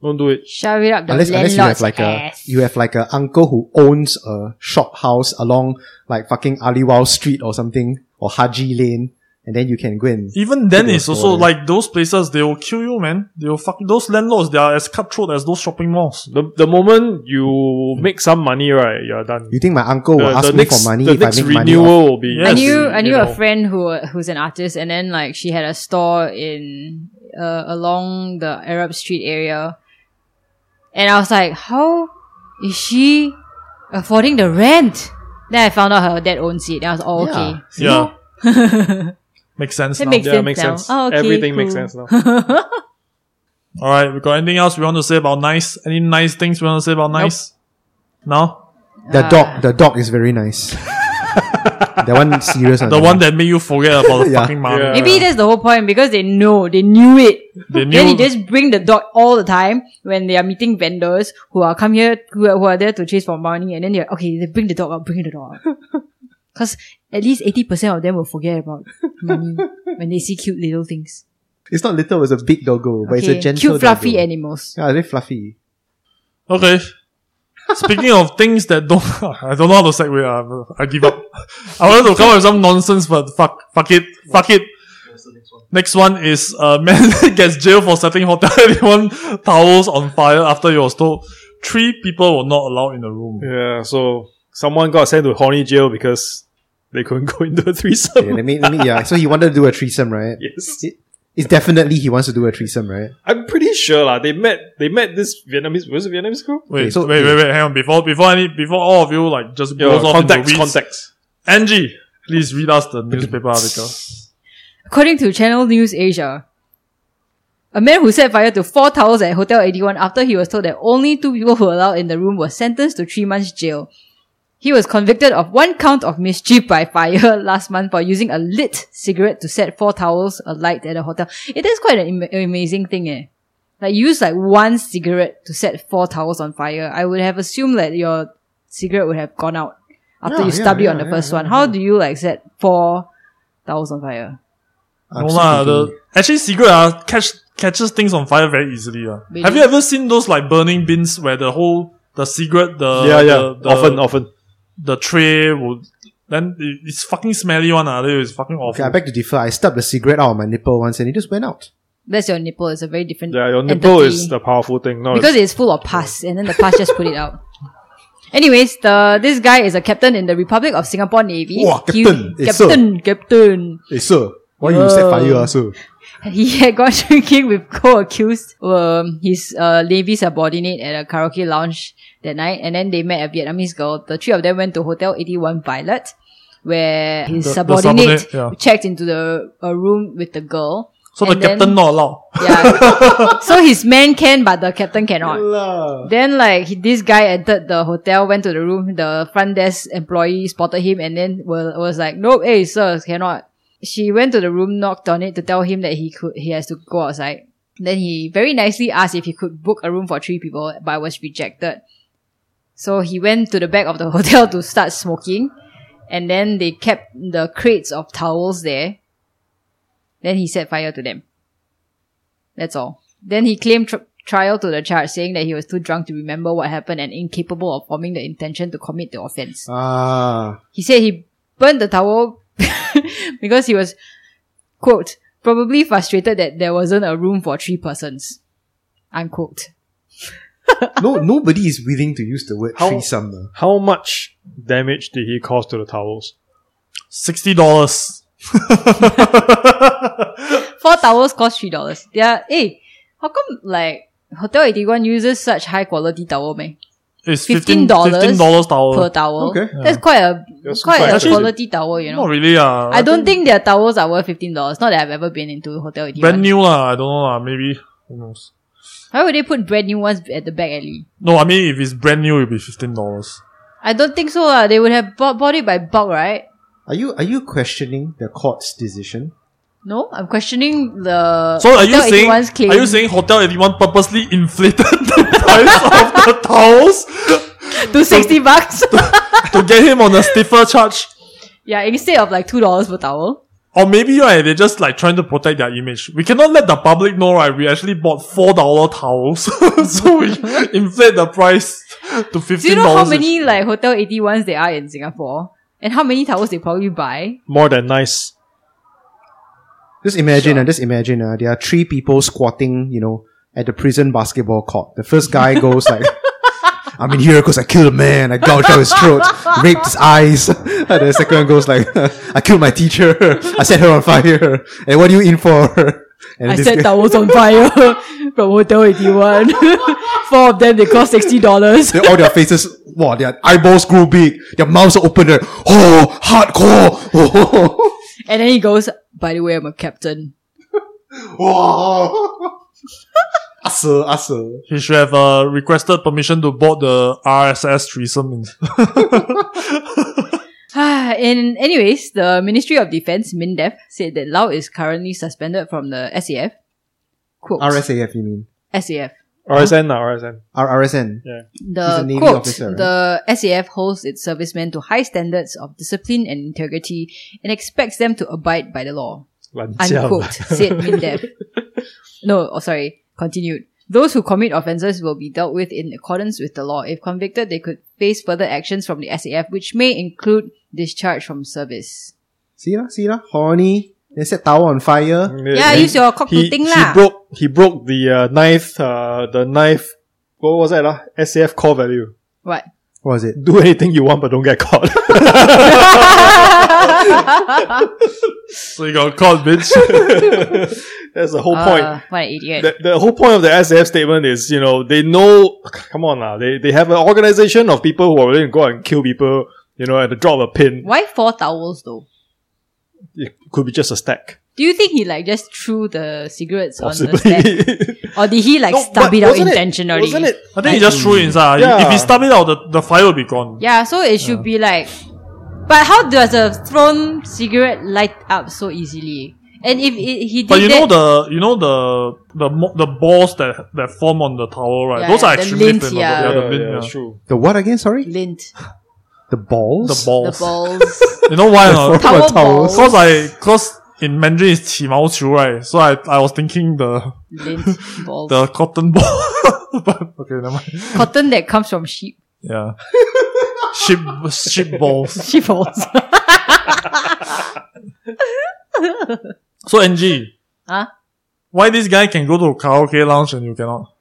Speaker 5: don't do it.
Speaker 3: Shove it up the
Speaker 4: unless, unless you have
Speaker 3: landlord's
Speaker 4: like
Speaker 3: ass.
Speaker 4: a you have like a uncle who owns a shop house along like fucking Aliwal Street or something or Haji Lane, and then you can go and
Speaker 2: Even then,
Speaker 4: Take your
Speaker 2: it's also
Speaker 4: story.
Speaker 2: like those places they will kill you, man. They will fuck those landlords. They are as cutthroat as those shopping malls.
Speaker 5: The, the moment you make some money, right, you're done.
Speaker 4: you think my uncle will
Speaker 5: the,
Speaker 4: Oh, ask
Speaker 5: the
Speaker 4: me
Speaker 5: next,
Speaker 4: for money
Speaker 5: the
Speaker 4: if I
Speaker 5: next
Speaker 4: make money?
Speaker 5: renewal
Speaker 4: off-
Speaker 5: will be.
Speaker 2: Yes.
Speaker 3: I knew I
Speaker 5: you
Speaker 3: knew
Speaker 5: know.
Speaker 3: a friend who who's an artist, and then like she had a store in uh, along the Arab Street area, and I was like, how is she affording the rent? Then I found out her dad owns it. And I was oh
Speaker 4: Yeah.
Speaker 3: okay,
Speaker 2: Yeah. [laughs] makes sense.
Speaker 3: that
Speaker 2: now.
Speaker 3: makes
Speaker 5: Yeah,
Speaker 3: sense
Speaker 5: makes
Speaker 3: now.
Speaker 5: sense.
Speaker 3: Oh, okay,
Speaker 5: Everything
Speaker 3: cool.
Speaker 5: makes sense now.
Speaker 2: All right, we got anything else we want to say about nice? Any nice things we want to say about nice? No.
Speaker 5: [laughs]
Speaker 4: The dog, the dog is very nice. that one serious.
Speaker 2: The one that made you forget about the
Speaker 4: Yeah.
Speaker 2: fucking money.
Speaker 5: [laughs] Yeah.
Speaker 3: Maybe that's the whole point because they know, they knew it.
Speaker 2: They
Speaker 3: Then
Speaker 2: knew-
Speaker 3: you just bring the dog all the time when they are meeting vendors who are come here, who are, who are there to chase for money, and then they're okay. They bring the dog out, bring the dog out, because at least eighty percent of them will forget about money when they see cute little things.
Speaker 4: It's not little. It's a big doggo, but it's a
Speaker 3: Okay,
Speaker 4: gentle
Speaker 3: cute fluffy
Speaker 4: doggo.
Speaker 3: animals.
Speaker 4: Yeah, very fluffy.
Speaker 2: Okay. Speaking of things that don't, [laughs] I don't know how to segue. Uh, I give up. [laughs] I wanted to come up with some nonsense, but fuck, fuck it, fuck it. Next one is uh, [laughs] man gets jailed for setting hotel [laughs] anyone towels on fire after he was told three people were not allowed in the room.
Speaker 5: Yeah, so someone got sent to horny jail because they couldn't [laughs] go into a threesome.
Speaker 4: Okay, let me, let me, yeah. So he wanted to do a threesome, right?
Speaker 5: Yes.
Speaker 4: It- it's definitely he wants to do a threesome, right?
Speaker 5: I'm pretty sure lah. They met. They met this Vietnamese. Was it Vietnamese girl?
Speaker 2: Wait,
Speaker 4: Okay, so-
Speaker 2: wait, wait, wait, hang on. Before, before any, before all of you like just
Speaker 5: Yeah,
Speaker 2: goes off
Speaker 5: contacts.
Speaker 2: into weeds,
Speaker 5: Contacts.
Speaker 2: Angie, please read us
Speaker 4: [laughs]
Speaker 2: the newspaper article.
Speaker 3: According to Channel News Asia, a man who set fire to four towels at Hotel 81 after he was told that only two people who were allowed in the room were sentenced to three months jail. He was convicted of one count of mischief by fire [laughs] last month for using a lit cigarette to set four towels alight at a hotel. It is quite an am- amazing thing, eh? Like, you use like one cigarette to set four towels on fire. I would have assumed that your cigarette would have gone out after
Speaker 4: Yeah,
Speaker 3: you
Speaker 4: yeah,
Speaker 3: stub it on
Speaker 4: yeah,
Speaker 3: the
Speaker 4: yeah,
Speaker 3: first
Speaker 4: yeah,
Speaker 3: one. How do you like set four towels on fire?
Speaker 4: I'm
Speaker 2: no
Speaker 4: still
Speaker 2: lah,
Speaker 4: thinking.
Speaker 2: the actually cigarette ah, catch catches things on fire very easily ah.
Speaker 3: Really?
Speaker 2: Have you ever seen those like burning bins where the whole the cigarette the
Speaker 5: yeah, yeah.
Speaker 2: Uh, the, the,
Speaker 5: often, often.
Speaker 2: the tray would then it- it's fucking smelly one ah. Then It's fucking
Speaker 4: Okay,
Speaker 2: awful.
Speaker 4: I beg to differ. I stubbed a cigarette out of my nipple once and it just went out.
Speaker 3: That's your nipple. It's a very different.
Speaker 5: Yeah, your nipple
Speaker 3: entity.
Speaker 5: is the powerful thing. No,
Speaker 3: because it's full of pus, and then the pus just put it out. [laughs] Anyways, the this guy is a captain in the Republic of Singapore Navy.
Speaker 4: Wah,
Speaker 3: He-
Speaker 4: captain. Eh, sir.
Speaker 3: captain, captain. [laughs]
Speaker 4: Hey, Eh, sir, why
Speaker 3: you set fire, ah,
Speaker 4: sir?
Speaker 3: He had gone [laughs] drinking with co-accused, um, his uh, Navy subordinate at a karaoke lounge that night, and then they met a Vietnamese girl. The three of them went to Hotel 81 Violet, where his
Speaker 2: The- the
Speaker 3: subordinate,
Speaker 2: subordinate, yeah.
Speaker 3: checked into the a room with the girl.
Speaker 2: so the
Speaker 3: and then-
Speaker 2: captain not allowed.
Speaker 3: Yeah. so his man can, but the captain cannot. Then like he, this guy entered the hotel, went to the room. The front desk employee spotted him and then was, was like, "Nope, hey sir, cannot." She went to the room, knocked on it to tell him that he could he has to go outside. Then he very nicely asked if he could book a room for three people, but was rejected. So he went to the back of the [laughs] hotel to start smoking, and then they kept the crates of towels there. Then he set fire to them. That's all. Then he claimed tr- trial to the charge, saying that he was too drunk to remember what happened and incapable of forming the intention to commit the offense.
Speaker 4: Ah,
Speaker 3: He said he burned the towel [laughs] because he was, quote, probably frustrated that there wasn't a room for three persons, unquote.
Speaker 4: no, nobody is willing to use the word
Speaker 5: How-
Speaker 4: threesome. ah.
Speaker 5: how much damage did he cause to the towels?
Speaker 2: Sixty dollars.
Speaker 3: Four towels cost three dollars. Yeah, hey, how come like Hotel 81 uses such high quality towel, man?
Speaker 2: It's fifteen
Speaker 3: $15
Speaker 2: fifteen dollars towel.
Speaker 3: Per towel.
Speaker 4: Okay.
Speaker 3: That's quite a
Speaker 5: That's
Speaker 3: quite,
Speaker 5: quite
Speaker 3: a
Speaker 2: actually-
Speaker 3: quality towel, you know.
Speaker 2: Not really ah.
Speaker 3: I don't think their towels are worth fifteen dollars. Not that I've ever been into Hotel Eighty-One.
Speaker 2: brand new lah. I don't know lah. Maybe who knows.
Speaker 3: Why would they put brand new ones at the back alley?
Speaker 2: No, I mean if it's brand new, it'll be fifteen dollars.
Speaker 3: I don't think so. Uh. they would have bought, bought it by bulk, right?
Speaker 4: Are you are you questioning the court's decision?
Speaker 3: No, I'm questioning the.
Speaker 2: So are you
Speaker 3: Uh, Hotel
Speaker 2: saying
Speaker 3: 81's claim.
Speaker 2: are
Speaker 3: [laughs]
Speaker 2: you saying Hotel Eighty One purposely inflated [laughs] the price of the towels
Speaker 3: to sixty bucks? [laughs]
Speaker 2: to get him on a stiffer charge?
Speaker 3: yeah, instead of like two dollars per towel.
Speaker 2: Or maybe right, they're just like trying to protect their image. We cannot let the public know right. We actually bought four dollar towels, [laughs] so we inflate the price to fifteen dollars.
Speaker 3: Do you know how many like Hotel Eighty Ones there are in Singapore, and how many towels they probably buy?
Speaker 5: More than nice.
Speaker 4: Just imagine, ah, just imagine. ah, there are three people squatting, you know, at the prison basketball court. The first guy goes like, [laughs] "I'm in here because I killed a man. I gouged out his throat, [laughs] raped his eyes." [laughs] And the second one goes like, [laughs] "I killed my teacher. [laughs] I set her on fire. And what are you in for?" [laughs] And
Speaker 3: I
Speaker 4: this
Speaker 3: set
Speaker 4: guy-
Speaker 3: towels on fire [laughs] from Hotel Eighty One. [laughs] Four of them they cost sixty dollars.
Speaker 4: Then all their faces, wow, their eyeballs grew big, their mouths are open, they're, oh, hardcore, [laughs] oh,
Speaker 3: And then he goes, "By the way, I'm a captain." [sighs]
Speaker 4: wow. Asa, asa.
Speaker 2: He should have uh, requested permission to board the RSS threesome. in-
Speaker 3: Ah, in anyways, the Ministry of Defense (MINDEF) said that Lau is currently suspended from the SAF. Quote,
Speaker 4: RSAF, you mean?
Speaker 3: SAF.
Speaker 5: RSN, now RSN.
Speaker 4: R- RSN. He's a
Speaker 3: The
Speaker 4: Navy
Speaker 3: quote,
Speaker 4: officer, right?
Speaker 3: the SAF holds its servicemen to high standards of discipline and integrity and expects them to abide by the law. unquote, [laughs]
Speaker 5: [laughs]
Speaker 3: said MINDEF. no, oh, sorry, continued. Those who commit offences will be dealt with in accordance with the law. If convicted, they could face further actions from the SAF, which may include discharge from service.
Speaker 4: See lah, see lah, horny. They set tower on fire.
Speaker 3: Yeah, use your cocktail
Speaker 5: he,
Speaker 3: thing
Speaker 5: he
Speaker 3: lah.
Speaker 5: broke he broke the uh, ninth uh, the ninth what was that lah? SAF core value. [laughs]
Speaker 3: What?
Speaker 4: What was it?
Speaker 5: Do anything you want but don't get caught.
Speaker 2: [laughs]
Speaker 5: [laughs]
Speaker 2: So you got caught, bitch.
Speaker 5: That's the whole point.
Speaker 3: Uh, what an idiot.
Speaker 5: the, the whole point of the SAF statement is, you know, they know, [sighs] come on now, they, they have an organization of people who are willing to go out and kill people, you know, at the drop of a pin.
Speaker 3: Why four towels though?
Speaker 5: It could be just a stack.
Speaker 3: Do you think he like just threw the cigarettes on the
Speaker 5: Possibly.
Speaker 3: stack?
Speaker 5: [laughs]
Speaker 3: Or did he like
Speaker 5: No,
Speaker 3: stub
Speaker 5: but
Speaker 3: it out
Speaker 5: wasn't
Speaker 3: intentionally?
Speaker 5: Wasn't it?
Speaker 2: I think he just threw it inside.
Speaker 5: Yeah.
Speaker 2: If he stub it out, the, the fire will be gone.
Speaker 3: Yeah, so it should be like. But how does a thrown cigarette light up so easily? And if it, he did
Speaker 2: But you
Speaker 3: that,
Speaker 2: know the you know the the mo- the balls that that form on the towel, right?
Speaker 3: Yeah,
Speaker 2: Those are
Speaker 3: the
Speaker 2: extremely
Speaker 3: lint,
Speaker 2: flammable.
Speaker 3: yeah.
Speaker 5: Yeah,
Speaker 2: the lint,
Speaker 5: yeah,
Speaker 2: yeah.
Speaker 5: it's true.
Speaker 4: The what again? Sorry,
Speaker 3: lint,
Speaker 4: the balls. [laughs]
Speaker 2: The balls.
Speaker 3: the balls,
Speaker 5: [laughs]
Speaker 2: You know why or
Speaker 3: [laughs]
Speaker 2: not?
Speaker 3: towel
Speaker 4: What towels?
Speaker 3: balls,
Speaker 2: Cause I cause in Mandarin is 起毛球, right? So I I was thinking the
Speaker 3: lint
Speaker 5: [laughs]
Speaker 3: balls,
Speaker 2: the cotton ball. [laughs] but okay, never mind.
Speaker 3: cotton that comes from sheep, [laughs]
Speaker 2: Yeah. ship ship balls.
Speaker 3: sheep balls.
Speaker 5: [laughs]
Speaker 2: So NG.
Speaker 3: Huh?
Speaker 2: Why this guy can go to karaoke lounge and you cannot?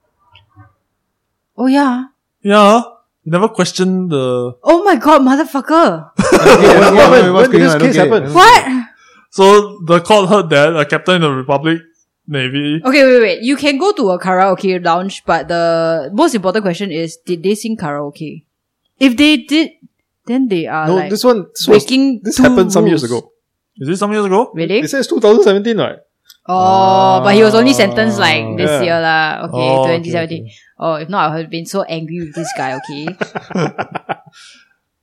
Speaker 3: oh yeah.
Speaker 2: Yeah. You never question the
Speaker 3: Oh my god, motherfucker!
Speaker 4: Hey, what- what-
Speaker 5: When-
Speaker 4: what's
Speaker 5: when
Speaker 4: going
Speaker 5: did this
Speaker 4: on? I don't
Speaker 5: case
Speaker 4: get it.
Speaker 5: happen?
Speaker 3: What?
Speaker 2: So the court heard that a captain in the Republic Navy.
Speaker 3: Okay, wait, wait. You can go to a karaoke lounge, but the most important question is: Did they sing karaoke? If they did, then they are
Speaker 5: No,
Speaker 3: like
Speaker 5: this one, this, was,
Speaker 3: breaking.
Speaker 5: this
Speaker 3: two
Speaker 5: happened some years
Speaker 3: rules.
Speaker 5: ago.
Speaker 2: Is it some years ago?
Speaker 3: Really?
Speaker 5: It says 2017, right?
Speaker 3: Oh, but he was only sentenced like
Speaker 4: Oh.
Speaker 3: this
Speaker 5: Yeah.
Speaker 3: year lah. Okay,
Speaker 2: Oh, okay,
Speaker 3: 2017.
Speaker 2: okay.
Speaker 3: Oh, if not, I would have been so angry with this guy. Okay,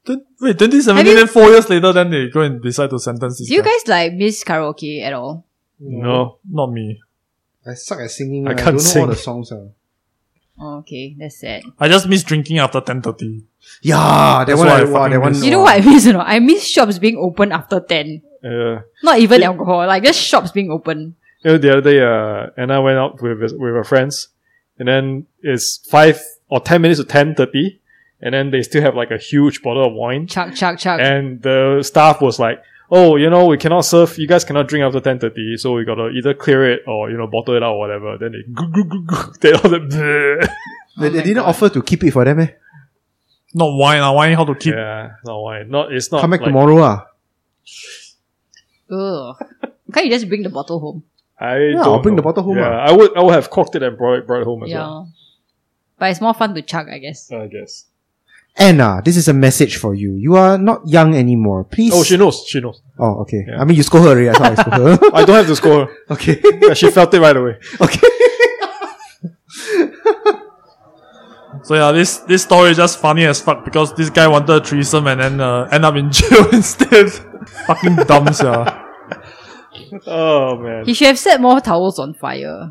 Speaker 2: Twen- Wait, 2017,
Speaker 3: Have you-
Speaker 2: then four years later, then they go and decide to sentence this
Speaker 3: do you
Speaker 2: guy.
Speaker 3: guys like miss karaoke at all?
Speaker 5: No.
Speaker 2: Not me.
Speaker 4: I suck at singing.
Speaker 5: I
Speaker 4: I,
Speaker 5: can't
Speaker 4: don't know
Speaker 5: sing.
Speaker 4: all the songs. ah.
Speaker 3: Oh, okay, that's sad.
Speaker 2: I just miss drinking after 10.30.
Speaker 4: Yeah, that
Speaker 2: That's
Speaker 4: one.
Speaker 2: why
Speaker 4: I,
Speaker 2: I
Speaker 4: wow, that
Speaker 2: fucking
Speaker 4: one.
Speaker 2: miss.
Speaker 3: You know what I miss? You know, I miss shops being open after ten.
Speaker 5: Uh,
Speaker 3: Not even alcohol, like just shops being open.
Speaker 5: you know, the other day, uh, Anna went out with his, with her friends, and then it's five or ten minutes to ten thirty, and then they still have like a huge bottle of wine,
Speaker 3: Chuck, chuck, chuck.
Speaker 5: and the staff was like, "Oh, you know, we cannot serve. You guys cannot drink after ten thirty, so we gotta either clear it or you know bottle it out or whatever." Then they goo goo goo goo. [laughs] They all the bleh.
Speaker 4: They, they
Speaker 3: Oh my
Speaker 4: didn't
Speaker 3: God.
Speaker 4: offer to keep it for them. Eh?
Speaker 2: Not wine, ah, wine how to keep.
Speaker 5: yeah, not wine. Not it's not.
Speaker 4: Come back
Speaker 5: like-
Speaker 4: tomorrow. Ah,
Speaker 3: Ugh. Can't you just bring the bottle home?
Speaker 5: I
Speaker 4: Yeah,
Speaker 5: don't
Speaker 4: I'll bring
Speaker 5: know.
Speaker 4: the bottle home, ah.
Speaker 5: Yeah, I would. I would have cocked it and brought it, brought it home as
Speaker 3: yeah.
Speaker 5: well.
Speaker 3: But it's more fun to chuck, I guess.
Speaker 5: I guess.
Speaker 4: Anna, this is a message for you. You are not young anymore. Please.
Speaker 5: Oh, she knows. She knows.
Speaker 4: Oh, okay.
Speaker 5: Yeah.
Speaker 4: I mean, you scold her already. I thought I scold her.
Speaker 5: I don't have to score.
Speaker 4: [laughs] okay.
Speaker 5: she felt it right away.
Speaker 4: [laughs] okay.
Speaker 2: So yeah, this, this story is just funny as fuck because this guy wanted a threesome and then uh, end up in [laughs] jail instead. Fucking dumb,
Speaker 3: [laughs]
Speaker 2: yeah.
Speaker 5: Oh man.
Speaker 3: He should have set more towels on fire.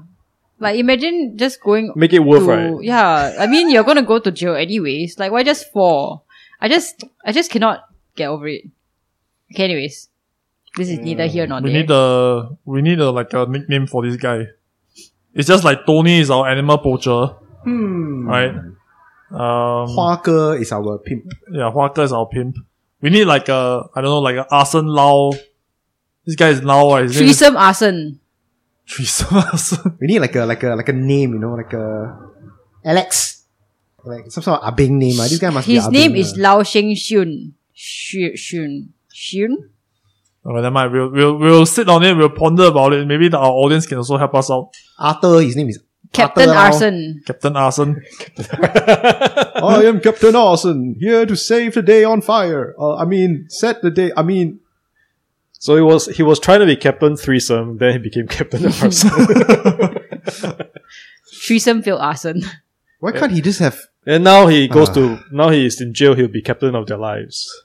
Speaker 3: Like imagine just going
Speaker 5: Make it worth,
Speaker 3: to-
Speaker 5: right?
Speaker 3: Yeah, I mean you're gonna go to jail anyways. Like why just four? I just I just cannot get over it. Okay, anyways, this is neither here nor
Speaker 2: We
Speaker 3: there.
Speaker 2: need a, we need a, like a nickname for this guy. It's just like Tony is our animal poacher,
Speaker 4: Hmm.
Speaker 2: right? Um,
Speaker 4: Hua is our pimp.
Speaker 2: Yeah, Huaka is our pimp. We need like a I don't know like a Arson Lau. This guy is Lau. Right? His name is
Speaker 3: Threesome arson.
Speaker 2: Threesome Arson.
Speaker 4: We need like a like a like a name, you know, like a Alex, like some sort of abing name. Ah, This guy must be
Speaker 3: His
Speaker 4: abeng,
Speaker 3: name is
Speaker 4: ah.
Speaker 3: Lao Sheng Shun. Shun Shun Shun.
Speaker 2: [laughs] Oh, never mind. We'll, we'll we'll sit on it. We'll ponder about it. Maybe the, our audience can also help us out.
Speaker 4: Arthur. His name is
Speaker 3: Captain
Speaker 4: Arthur Lau.
Speaker 3: Arson.
Speaker 2: Captain Arson.
Speaker 4: I am Captain Arson, here to save the day on fire. Uh, I mean, set the day. I mean,
Speaker 5: So he was he was trying to be Captain Threesome, then he became [laughs] Captain Arson.
Speaker 3: [laughs] Threesome failed arson.
Speaker 4: why can't he just have
Speaker 5: and
Speaker 3: Ah.
Speaker 5: now he goes to now he is in jail. He'll be Captain of their lives.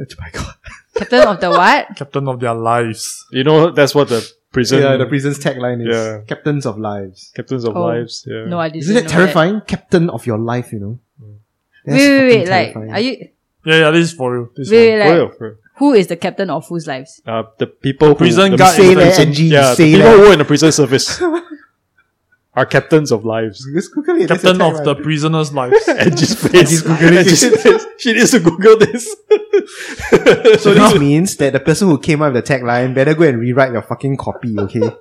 Speaker 4: Oh my god.
Speaker 3: [laughs] Captain of the what?
Speaker 2: [laughs] Captain of their lives.
Speaker 5: You know, that's what the prison,
Speaker 4: yeah, the prison's tagline is
Speaker 5: Yeah.
Speaker 4: "Captains of Lives."
Speaker 5: captains of
Speaker 3: Oh.
Speaker 5: lives. Yeah.
Speaker 3: No, I didn't.
Speaker 4: Isn't it
Speaker 3: know
Speaker 4: terrifying? Captain of your life, you know.
Speaker 3: That.
Speaker 4: That's
Speaker 3: Wait, wait, wait.
Speaker 4: fucking
Speaker 3: Like,
Speaker 4: terrifying.
Speaker 3: are you?
Speaker 2: Yeah, yeah, this is for you. This
Speaker 3: Wait,
Speaker 2: is for you.
Speaker 3: wait, like,
Speaker 5: For real, for real.
Speaker 3: who is the captain of whose lives?
Speaker 5: Uh, the people who,
Speaker 2: Prison
Speaker 5: the
Speaker 2: guard
Speaker 5: people
Speaker 2: is
Speaker 5: in the
Speaker 4: Say
Speaker 5: prison-
Speaker 4: that, NG,
Speaker 5: yeah,
Speaker 4: say
Speaker 5: the people
Speaker 4: that.
Speaker 5: who are in the prison service are captains of lives.
Speaker 4: Just Google it, that's
Speaker 2: Captain
Speaker 4: your
Speaker 2: of the
Speaker 4: tagline.
Speaker 2: prisoner's lives. [laughs]
Speaker 5: Angie's face.
Speaker 4: Googling
Speaker 5: Angie's face. [laughs] She needs to Google this.
Speaker 4: So this means that the person who came up with the tagline better go and rewrite your fucking copy, okay?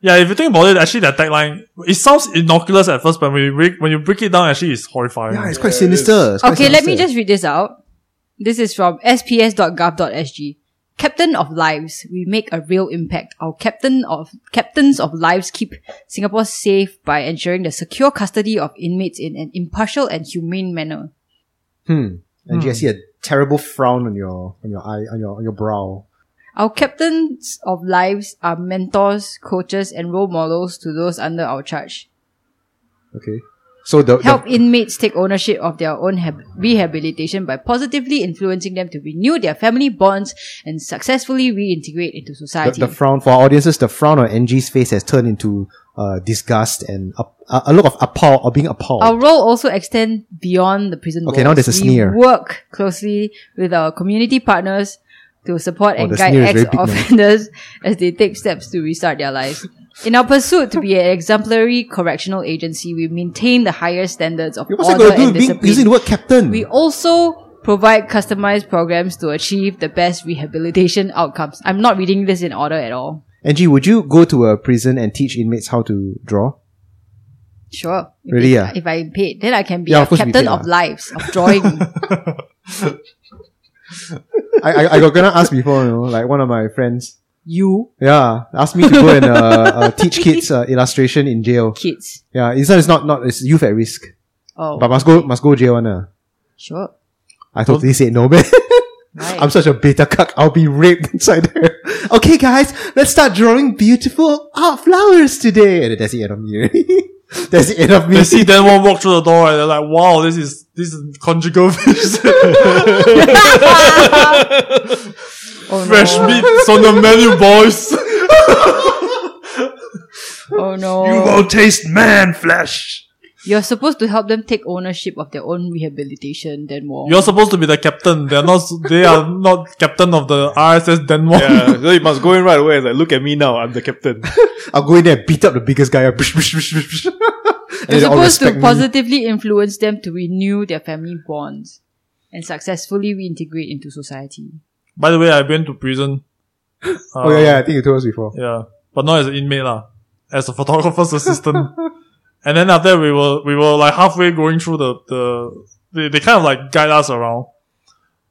Speaker 2: yeah, if you think about it, actually, that tagline it sounds innocuous at first, but when you break, when you break it down, actually, it's
Speaker 4: [laughs]
Speaker 2: horrifying.
Speaker 4: yeah, it's quite sinister. It's quite
Speaker 3: Okay, let me
Speaker 4: sinister.
Speaker 3: just read this out. This is from sps.gov.sg. Captain of lives, we make a real impact. Our captain of captains of lives keep Singapore safe by ensuring the secure custody of inmates in an impartial and humane manner.
Speaker 4: Hmm. And I see a terrible frown on your on your eye on your on your brow.
Speaker 3: Our captains of lives are mentors, coaches, and role models to those under our charge.
Speaker 4: Okay. So the,
Speaker 3: help
Speaker 4: the
Speaker 3: inmates take ownership of their own hab- rehabilitation by positively influencing them to renew their family bonds and successfully reintegrate into
Speaker 4: the,
Speaker 3: society.
Speaker 4: the frown for our audiences, the frown on NG's face has turned into uh, disgust and up, a, a look of appall or being appalled.
Speaker 3: our role also extends beyond the prison
Speaker 4: Okay,
Speaker 3: walls.
Speaker 4: now there's a
Speaker 3: we
Speaker 4: sneer.
Speaker 3: work closely with our community partners to support
Speaker 4: Oh,
Speaker 3: and
Speaker 4: the
Speaker 3: guide
Speaker 4: sneer is very big now.
Speaker 3: ex-offenders [laughs] as they take steps to restart their lives. In our pursuit to be an exemplary correctional agency, we maintain the highest standards of
Speaker 4: Yo, what's it
Speaker 3: order
Speaker 4: gonna do
Speaker 3: and
Speaker 4: with being,
Speaker 3: discipline.
Speaker 4: using the word captain?
Speaker 3: We also provide customized programs to achieve the best rehabilitation outcomes. I'm not reading this in order at all.
Speaker 4: NG, would you go to a prison and teach inmates how to draw?
Speaker 3: Sure. If
Speaker 4: Really,
Speaker 3: they-
Speaker 4: yeah.
Speaker 3: If I'm paid, then I can be
Speaker 4: Yeah,
Speaker 3: a
Speaker 4: of course we
Speaker 3: captain
Speaker 4: paid, ah.
Speaker 3: of
Speaker 4: lah.
Speaker 3: lives, of drawing.
Speaker 4: [laughs] I, I I got gonna ask before, you know, like one of my friends.
Speaker 3: you
Speaker 4: Yeah, asked me to go and uh,
Speaker 3: [laughs]
Speaker 4: uh, teach kids uh, illustration in jail.
Speaker 3: kids.
Speaker 4: Yeah, this one is not not it's youth at risk,
Speaker 3: Oh,
Speaker 4: but must go must go jail one. Uh.
Speaker 3: sure.
Speaker 4: I
Speaker 2: Oh.
Speaker 4: totally said no,
Speaker 3: [laughs]
Speaker 4: man.
Speaker 3: Right.
Speaker 4: I'm such a beta cuck. I'll be raped inside there. [laughs] Okay, guys, let's start drawing beautiful art flowers today. And that's the end of me. already. [laughs] that's the end of me.
Speaker 2: They see then one walk through the door and they're like, wow, this is this is
Speaker 4: [laughs]
Speaker 2: conjugal [laughs] fish.
Speaker 3: oh,
Speaker 2: Fresh
Speaker 3: no.
Speaker 2: meats on the menu, boys.
Speaker 3: Oh no.
Speaker 2: taste man flesh.
Speaker 3: You're supposed to help them take ownership of their own rehabilitation, then more.
Speaker 2: You're supposed to be the captain. They're not they are not captain of the RSS Denmark.
Speaker 5: [laughs] yeah, so you must go in right away. It's like, look at me now. I'm the captain.
Speaker 4: I'll go in there and beat up the biggest guy. [laughs] Bish, bish, bish, bish, bish. And
Speaker 3: You're
Speaker 4: they all
Speaker 3: supposed to
Speaker 4: respect me.
Speaker 3: positively influence them to renew their family bonds and successfully reintegrate into society.
Speaker 2: [laughs] By the way, I went to prison. Uh,
Speaker 4: Oh yeah, yeah. I think you told us before.
Speaker 2: Yeah, but not as an inmate lah, as a photographer's assistant.
Speaker 4: [laughs]
Speaker 2: and then after that, we were we were like halfway going through the the they, they kind of like guide us around,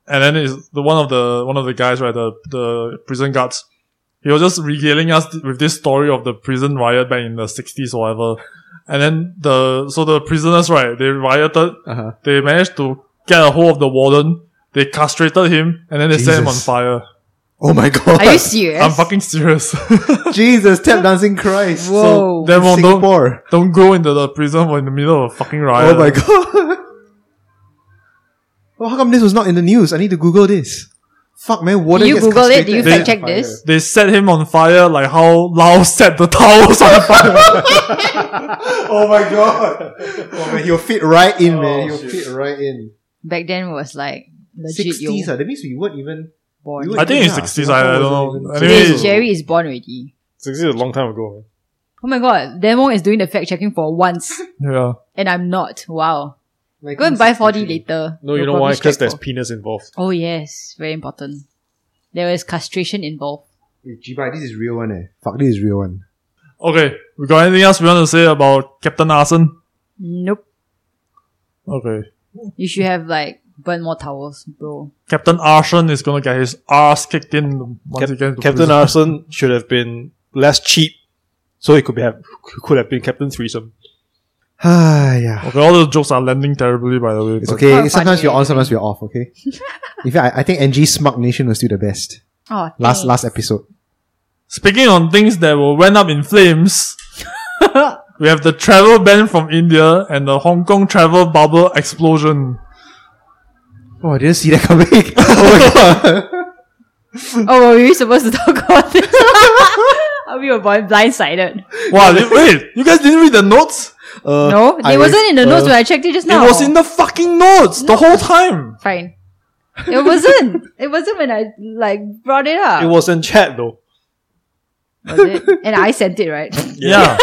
Speaker 2: and then is the one of the one of the guys right the the prison guards. He was just regaling us with this story of the prison riot back in the sixties or whatever. And then the so the prisoners right they rioted.
Speaker 4: Uh-huh.
Speaker 2: They managed to get a hold of the warden. They castrated him and then they set him on
Speaker 4: Jesus.
Speaker 2: fire.
Speaker 4: Oh my god. [laughs]
Speaker 3: Are you serious?
Speaker 2: I'm fucking serious. [laughs]
Speaker 4: Jesus, tap dancing Christ.
Speaker 3: Whoa.
Speaker 2: Then we'll know-
Speaker 4: Singapore.
Speaker 2: Don't go into the prison when in the middle of a fucking riot.
Speaker 4: Oh my god. [laughs] well, how come this was not in the news? I need to Google this. Fuck man, water
Speaker 3: You
Speaker 4: gets
Speaker 3: Google it?
Speaker 4: castrated
Speaker 3: Do you
Speaker 4: and set
Speaker 3: fact check
Speaker 4: on fire.
Speaker 3: this?
Speaker 2: They set him on fire like how Lao set the towels
Speaker 4: [laughs]
Speaker 2: on fire.
Speaker 4: Oh my god. [laughs] Oh man, he'll fit right in, man. He'll fit right in.
Speaker 3: Back then was like legit.
Speaker 4: Sixties, ah,
Speaker 3: Yo,
Speaker 4: that means we weren't even
Speaker 3: born.
Speaker 4: you
Speaker 2: I think it's
Speaker 4: Yeah,
Speaker 2: 60s, I, I don't know.
Speaker 4: Singapore
Speaker 3: Today,
Speaker 4: Really?
Speaker 2: Anyway,
Speaker 3: Jerry is born already.
Speaker 5: This is a long time ago.
Speaker 3: Oh my god, Demo is doing the fact checking for
Speaker 4: [laughs]
Speaker 3: once,
Speaker 2: yeah.
Speaker 3: and I'm not. Wow. Go and buy 4D later.
Speaker 5: No, you
Speaker 3: You'll
Speaker 5: know why?
Speaker 3: probably
Speaker 5: Because
Speaker 3: check
Speaker 5: there's
Speaker 3: for-
Speaker 5: penis involved.
Speaker 3: Oh yes, very important. There is castration involved.
Speaker 4: G-Buy, this is real one eh. Fuck, this is real one. [sighs]
Speaker 2: Okay. We got anything else we want to say about Captain Arson?
Speaker 3: Nope.
Speaker 2: Okay.
Speaker 3: You should have like burn more towels, bro.
Speaker 2: Captain Arson is gonna get his ass kicked in once
Speaker 5: Cap-
Speaker 2: he gets into
Speaker 5: Captain
Speaker 2: prison.
Speaker 5: Arson should have been less cheap, so he could be have could have been Captain Threesome.
Speaker 4: Ah, yeah.
Speaker 2: Okay, all those jokes are landing terribly by the way.
Speaker 4: It's
Speaker 2: but-
Speaker 4: okay.
Speaker 3: quite
Speaker 4: sometimes
Speaker 3: funny,
Speaker 4: you're on,
Speaker 3: anyway.
Speaker 4: sometimes you're off, okay? In fact, I, I think NG Smug Nation was still the best.
Speaker 3: Oh,
Speaker 4: Last
Speaker 3: thanks.
Speaker 4: last episode.
Speaker 2: Speaking on things that were went up in flames, we have the travel ban from India and the Hong Kong travel bubble explosion.
Speaker 4: Oh, I didn't see that coming. oh my god.
Speaker 3: Oh, were we supposed to [laughs] talk about this? we were blind- blindsided.
Speaker 2: Wow, you- wait, you guys didn't read the notes?
Speaker 4: Uh,
Speaker 3: No, it
Speaker 4: I-
Speaker 3: wasn't in the
Speaker 5: uh,
Speaker 3: notes when I checked it just now.
Speaker 2: It was in the fucking notes the whole time.
Speaker 3: Fine. It wasn't. it wasn't when I like brought it up.
Speaker 5: It was in chat though.
Speaker 3: Was it? And I sent it right.
Speaker 2: Yeah.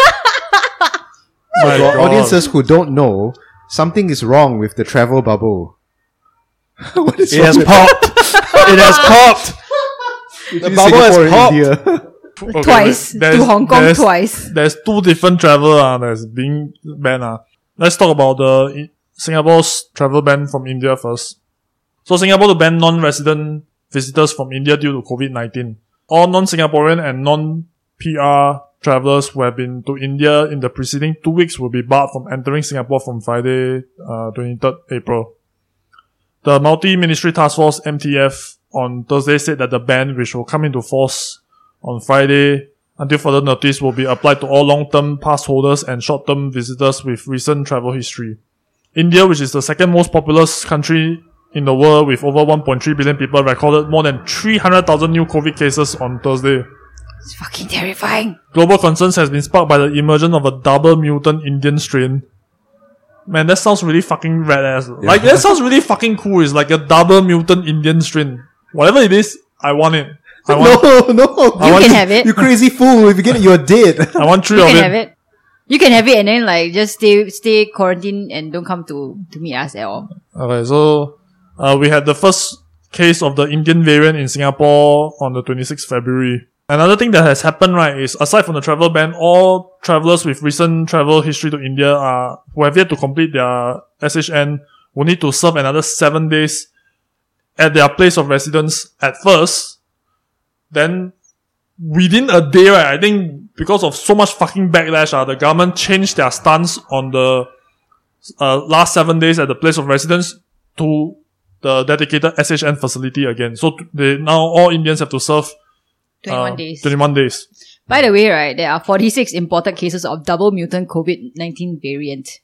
Speaker 2: My
Speaker 4: For
Speaker 2: God.
Speaker 4: audiences who don't know, something is wrong with the travel bubble. [laughs] what is
Speaker 5: It has
Speaker 4: wrong with
Speaker 5: popped. [laughs]
Speaker 3: [laughs]
Speaker 5: it has popped. The bubble has popped.
Speaker 4: Singapore [laughs] and India?
Speaker 2: Okay,
Speaker 3: twice
Speaker 2: wait, there's-
Speaker 3: to Hong Kong.
Speaker 2: there's-
Speaker 3: Twice.
Speaker 2: There's two different travel uh, that's being banned. Uh. Let's talk about the I- Singapore's travel ban from India first. So Singapore to ban non-resident visitors from India due to COVID-19. All non-Singaporean and non-PR travelers who have been to India in the preceding two weeks will be barred from entering Singapore from Friday, uh, 23rd April. The multi-ministry task force MTF on Thursday said that the ban, which will come into force on Friday until further notice, will be applied to all long-term pass holders and short-term visitors with recent travel history. India, which is the second most populous country in the world with over 1.3 billion people, recorded more than 300,000 new COVID cases on Thursday.
Speaker 3: It's fucking terrifying.
Speaker 2: Global concerns has been sparked by the emergence of a double mutant Indian strain. Man, that sounds really fucking rad ass. Like that sounds really fucking cool. It's like a double mutant Indian strain. Whatever it is, I want it. I want.
Speaker 4: [laughs] No, no.
Speaker 2: I
Speaker 3: You
Speaker 2: want
Speaker 3: can
Speaker 2: to-
Speaker 3: have it.
Speaker 4: You crazy fool. If you get it, you're dead.
Speaker 2: I want three
Speaker 3: You
Speaker 2: of
Speaker 3: can
Speaker 2: it.
Speaker 3: have it. You can have it and then like just stay stay quarantined and don't come to to meet us at all.
Speaker 2: Okay, so uh, we had the first case of the Indian variant in Singapore on the 26th February. Another thing that has happened, right, is aside from the travel ban, all travelers with recent travel history to India are, who have yet to complete their SHN will need to serve another seven days at their place of residence at first. Then within a day, right, I think because of so much fucking backlash, uh, the government changed their stance on the uh, last seven days at the place of residence to the dedicated SHN facility again. So t- they now all Indians have to serve uh,
Speaker 3: Twenty one days.
Speaker 2: 21 days.
Speaker 3: By the way, right, there are forty six imported cases of double mutant COVID nineteen variant.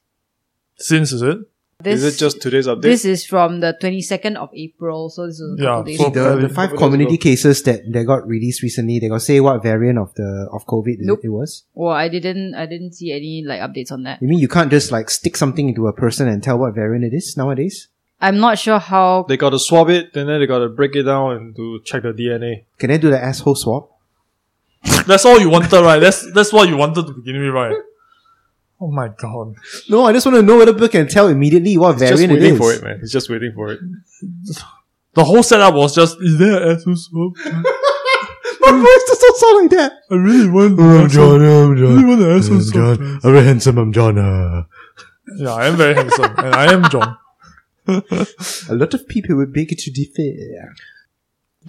Speaker 2: Since is it?
Speaker 3: This
Speaker 5: Is it just today's update?
Speaker 3: this is from the twenty second of April, so this is a
Speaker 2: Yeah,
Speaker 3: couple days.
Speaker 2: so-
Speaker 3: ago.
Speaker 4: the, the five community cases that, that got released recently, they got say what variant of the of COVID
Speaker 3: Nope.
Speaker 4: it was.
Speaker 3: Well, I didn't I didn't see any like updates on that.
Speaker 4: You mean you can't just like stick something into a person and tell what variant it is nowadays?
Speaker 3: I'm not sure how
Speaker 5: They got to swab it, and then they got to break it down and to check the DNA.
Speaker 4: Can I do the asshole swap?
Speaker 2: That's all you wanted, right? That's that's what you wanted to begin with, right? [laughs] Oh my god.
Speaker 4: No, I just want to know whether people can tell immediately what
Speaker 5: He's just
Speaker 4: variant it
Speaker 5: waiting
Speaker 4: is.
Speaker 5: for it, man. He's just waiting for it.
Speaker 2: The whole setup was just, is there an asshole swab?
Speaker 4: [laughs] My voice does not sound like that.
Speaker 2: I really want
Speaker 6: I'm
Speaker 2: an
Speaker 6: John.
Speaker 2: asshole-
Speaker 6: I'm
Speaker 2: I really
Speaker 6: John.
Speaker 2: want an asshole
Speaker 6: I'm
Speaker 2: swab.
Speaker 6: John. I'm very handsome. I'm John. Uh.
Speaker 2: Yeah, I am very handsome. And I am John.
Speaker 4: A lot of people would beg to differ.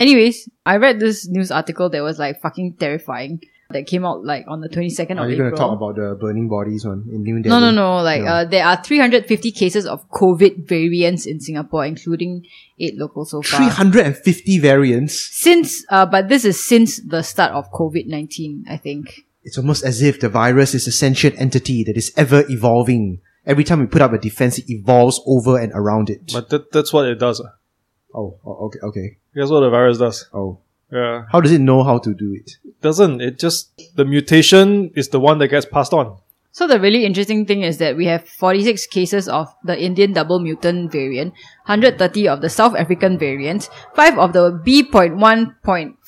Speaker 3: Anyways, I read this news article that was like fucking terrifying that came out like on the 22nd
Speaker 4: Are
Speaker 3: of
Speaker 4: you
Speaker 3: April.
Speaker 4: going to talk about the burning bodies one in New Delhi?
Speaker 3: no, no, no. Like,
Speaker 4: No.
Speaker 3: Uh, there are 350 cases of COVID variants in Singapore, including eight locals so far.
Speaker 4: 350 variants.
Speaker 3: Since, uh, but this is since the start of COVID 19, I think.
Speaker 4: It's almost as if the virus is a sentient entity that is ever evolving. Every time we put up a defense, it evolves over and around it.
Speaker 5: But that, that's what it does. ah.
Speaker 4: Oh, oh, okay, okay.
Speaker 5: That's what the virus does.
Speaker 4: Oh,
Speaker 5: Yeah.
Speaker 4: how does it know how to do it?
Speaker 5: Doesn't it just the mutation is the one that gets passed on?
Speaker 3: So the really interesting thing is that we have 46 cases of the Indian double mutant variant, 130 of the South African variant, 5 of the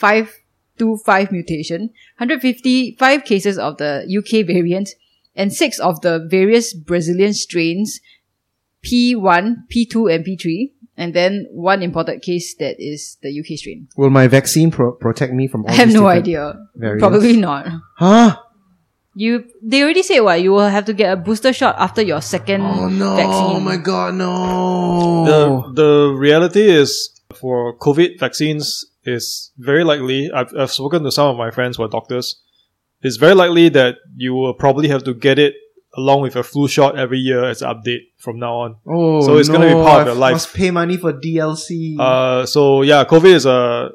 Speaker 3: B.1.525 mutation, 155 cases of the UK variant, and 6 of the various Brazilian strains, P1, P2, and P3, and then one imported case that is the UK strain.
Speaker 4: Will my vaccine pro- protect me from all
Speaker 3: I have
Speaker 4: these
Speaker 3: no
Speaker 4: different
Speaker 3: idea.
Speaker 4: variants?
Speaker 3: Probably not.
Speaker 4: Huh?
Speaker 3: You they already said what you will have to get a booster shot after your second
Speaker 5: Oh,
Speaker 3: vaccine.
Speaker 4: god, no.
Speaker 5: The the reality is for COVID vaccines is very likely. I've, I've spoken to some of my friends who are doctors. It's very likely that you will probably have to get it along with a flu shot every year as an update from now on.
Speaker 4: Oh,
Speaker 5: So it's gonna be
Speaker 4: no,
Speaker 5: part of
Speaker 4: I
Speaker 5: your life.
Speaker 4: Must pay money for DLC.
Speaker 5: Uh, so yeah, COVID is a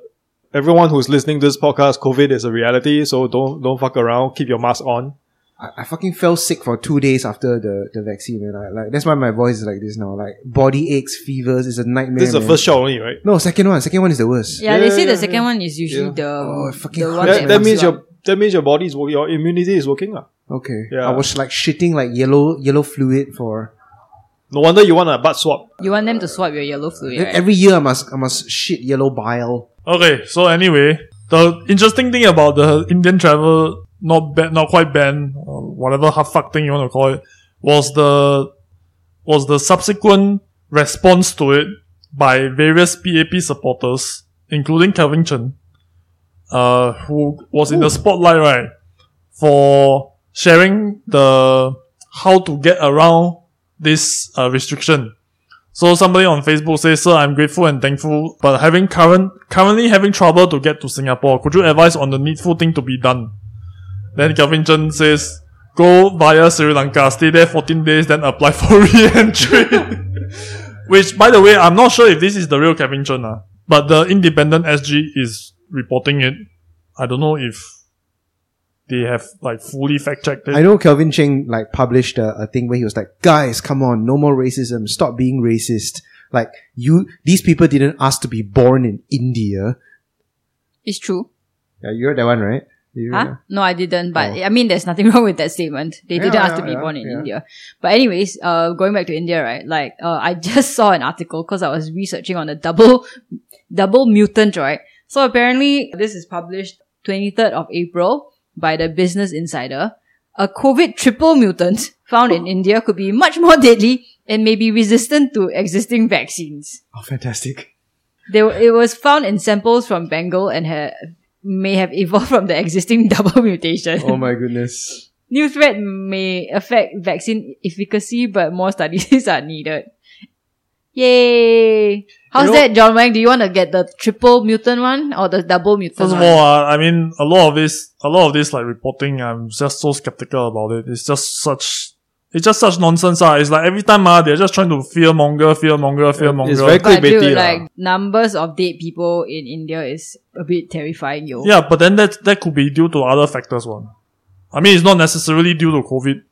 Speaker 5: everyone who's listening to this podcast, COVID is a reality. So don't don't fuck around. Keep your mask on.
Speaker 4: I, I fucking fell sick for two days after the, the vaccine, man. I, like that's why my voice is like this now. Like body aches, fevers, it's a nightmare.
Speaker 5: This is the
Speaker 4: man.
Speaker 5: first shot only, right?
Speaker 4: No, second one. Second one is the worst.
Speaker 3: Yeah,
Speaker 5: Yeah,
Speaker 3: they
Speaker 5: yeah,
Speaker 3: say the
Speaker 5: yeah,
Speaker 3: second one is usually the,
Speaker 4: Oh, it fucking
Speaker 3: the one
Speaker 4: hurts,
Speaker 3: that,
Speaker 5: That, that
Speaker 3: knocks
Speaker 5: means
Speaker 3: you
Speaker 5: your that means your body's work, your immunity is working up.
Speaker 4: Okay.
Speaker 5: Yeah.
Speaker 4: I was like shitting like yellow yellow fluid for
Speaker 5: No wonder you want a butt swab.
Speaker 3: out. You want them to swap your yellow fluid.
Speaker 4: then
Speaker 3: right?
Speaker 4: e-, every year I must I must shit yellow bile.
Speaker 2: Okay, so anyway, the interesting thing about the Indian travel, not ba- not quite ban, or whatever half fuck thing you want to call it, was the was the subsequent response to it by various PAP supporters, including Kelvin Chen, uh, who was in the spotlight right for sharing the how to get around this uh, restriction. So somebody on Facebook says, "Sir, I'm grateful and thankful, but having current currently having trouble to get to Singapore. Could you advise on the needful thing to be done?" Then Kelvin Chen says, "Go via Sri Lanka, stay there 14 days, then apply for [laughs] re-entry." Which, by the way, I'm not sure if this is the real Kelvin Chen, ah, but the independent SG is reporting it. I don't know if they have like fully fact checked it.
Speaker 4: I know Kelvin Cheng like published a, a thing where he was like, guys, come on, no more racism. Stop being racist. Like you, these people didn't ask to be born in India.
Speaker 3: It's true.
Speaker 4: Yeah, you read that one, right? Did you read
Speaker 3: Huh?
Speaker 4: that?
Speaker 3: No, I didn't. But I mean, there's nothing [laughs] wrong with that statement. They
Speaker 4: Yeah,
Speaker 3: didn't ask to
Speaker 4: yeah,
Speaker 3: be
Speaker 4: yeah,
Speaker 3: born in
Speaker 4: yeah.
Speaker 3: India. But anyways, uh, going back to India, right? Like, uh, I [laughs] just saw an article because I was researching on a double, double mutant, right? So apparently, this is published 23rd of April by the Business Insider. A COVID triple mutant [laughs] found in India could be much more deadly and may be resistant to existing vaccines.
Speaker 4: Oh, fantastic.
Speaker 3: They, it was found in samples from Bengal and ha- may have evolved [laughs] from the existing double mutation.
Speaker 4: [laughs] Oh my goodness.
Speaker 3: New threat may affect vaccine efficacy, but more studies [laughs] are needed. Yay! How's
Speaker 2: know-
Speaker 3: that, John Wang? Do you want to get the triple mutant one or the double mutant
Speaker 2: First of
Speaker 3: one?
Speaker 2: all, uh, I mean, a lot of this, a lot of this like reporting, I'm just so skeptical about it. It's just such, it's just such nonsense. Uh. It's like every time uh, they're just trying to fear monger, fear monger, fear monger.
Speaker 5: It's very
Speaker 3: but
Speaker 5: clickbaity.
Speaker 3: dude,
Speaker 5: lah.
Speaker 3: like numbers of dead people in India is a bit terrifying, yo.
Speaker 2: yeah, but then that that could be due to other factors. One, I mean, it's not necessarily due to COVID.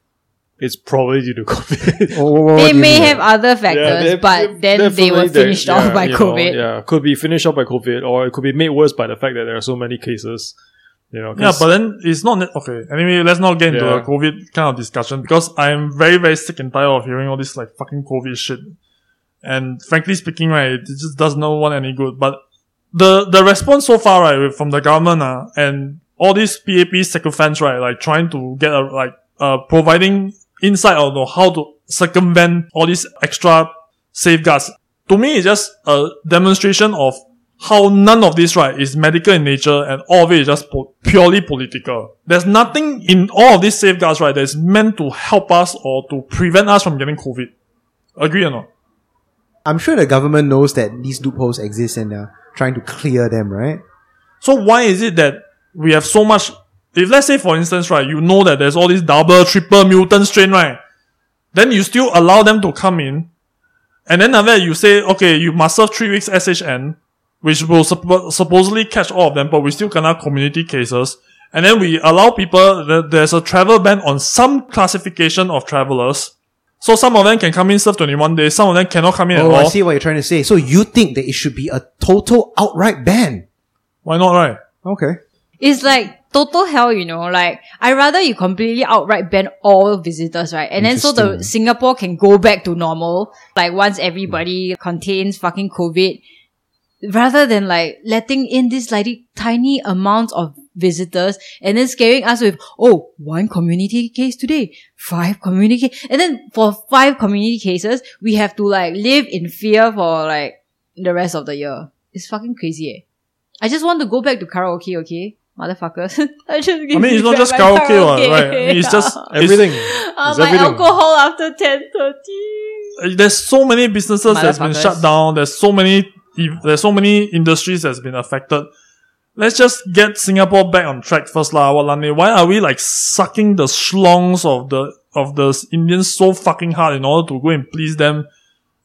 Speaker 5: It's probably due to
Speaker 3: [laughs]
Speaker 5: COVID.
Speaker 4: Oh, what- what do
Speaker 3: They
Speaker 4: you
Speaker 3: may
Speaker 4: mean?
Speaker 3: have other factors,
Speaker 5: Yeah, they-
Speaker 3: but
Speaker 5: they-
Speaker 3: then they were
Speaker 5: definitely
Speaker 3: finished
Speaker 5: yeah,
Speaker 3: off by
Speaker 5: you know,
Speaker 3: COVID.
Speaker 5: yeah, could be finished off by COVID, or it could be made worse by the fact that there are so many cases. You know, 'cause-
Speaker 2: Yeah, but then it's not ne- okay. Anyway, let's not get into a
Speaker 5: Yeah.
Speaker 2: COVID kind of discussion because I'm very very sick and tired of hearing all this like fucking COVID shit. And frankly speaking, right, it just does no one any good. But the the response so far, right, from the government, uh, and all these PAP sycophants, right, like trying to get a like uh providing insight on how to circumvent all these extra safeguards. To me, it's just a demonstration of how none of this, right, is medical in nature and all of it is just po- purely political. There's nothing in all of these safeguards, right, that is meant to help us or to prevent us from getting COVID. Agree or not?
Speaker 4: I'm sure the government knows that these loopholes exist and they're trying to clear them, right?
Speaker 2: So why is it that we have so much? If let's say, for instance, right, you know that there's all these double, triple mutant strain, right? Then you still allow them to come in, and then after that you say, okay, you must serve three weeks SHN, which will suppo- supposedly catch all of them, but we still cannot community cases. And then we allow people. th- There's a travel ban on some classification of travelers, so some of them can come in serve 21 days, some of them cannot come
Speaker 4: [laughs]
Speaker 2: in
Speaker 4: Oh,
Speaker 2: at
Speaker 4: I
Speaker 2: all.
Speaker 4: see what you're trying to say. So you think that it should be a total outright ban?
Speaker 2: Why not, right?
Speaker 4: Okay.
Speaker 5: Uh-huh.
Speaker 3: It's like total hell, you know. Like I rather you completely outright ban all visitors, right? And then so the
Speaker 4: Interesting.
Speaker 3: Singapore can go back to normal, like once everybody
Speaker 2: Hmm.
Speaker 3: contains fucking COVID, rather than like letting in this like tiny amounts of visitors and then scaring us with oh one community case today, five community, ca-" and then for five community cases we have to like live in fear for like the rest of the year. It's fucking crazy. Eh? I just want to go back to karaoke, okay? Motherfuckers. [laughs] I just
Speaker 2: I
Speaker 3: give
Speaker 2: mean, it's
Speaker 3: me
Speaker 2: not
Speaker 3: back
Speaker 2: just
Speaker 3: my
Speaker 2: karaoke, one, right? I mean,
Speaker 3: [laughs]
Speaker 2: it's just it's-
Speaker 5: everything.
Speaker 3: Ah,
Speaker 5: It's
Speaker 3: my
Speaker 5: everything.
Speaker 3: alcohol after 10.30.
Speaker 2: Uh, there's so many businesses that's been
Speaker 3: Motherfuckers.
Speaker 2: shut down. There's so many ev- there's so many industries that's been affected. Let's just get Singapore back on track first, lah. Walane. Why are we like sucking the schlongs of the of the s- Indians so fucking hard in order to go and please them?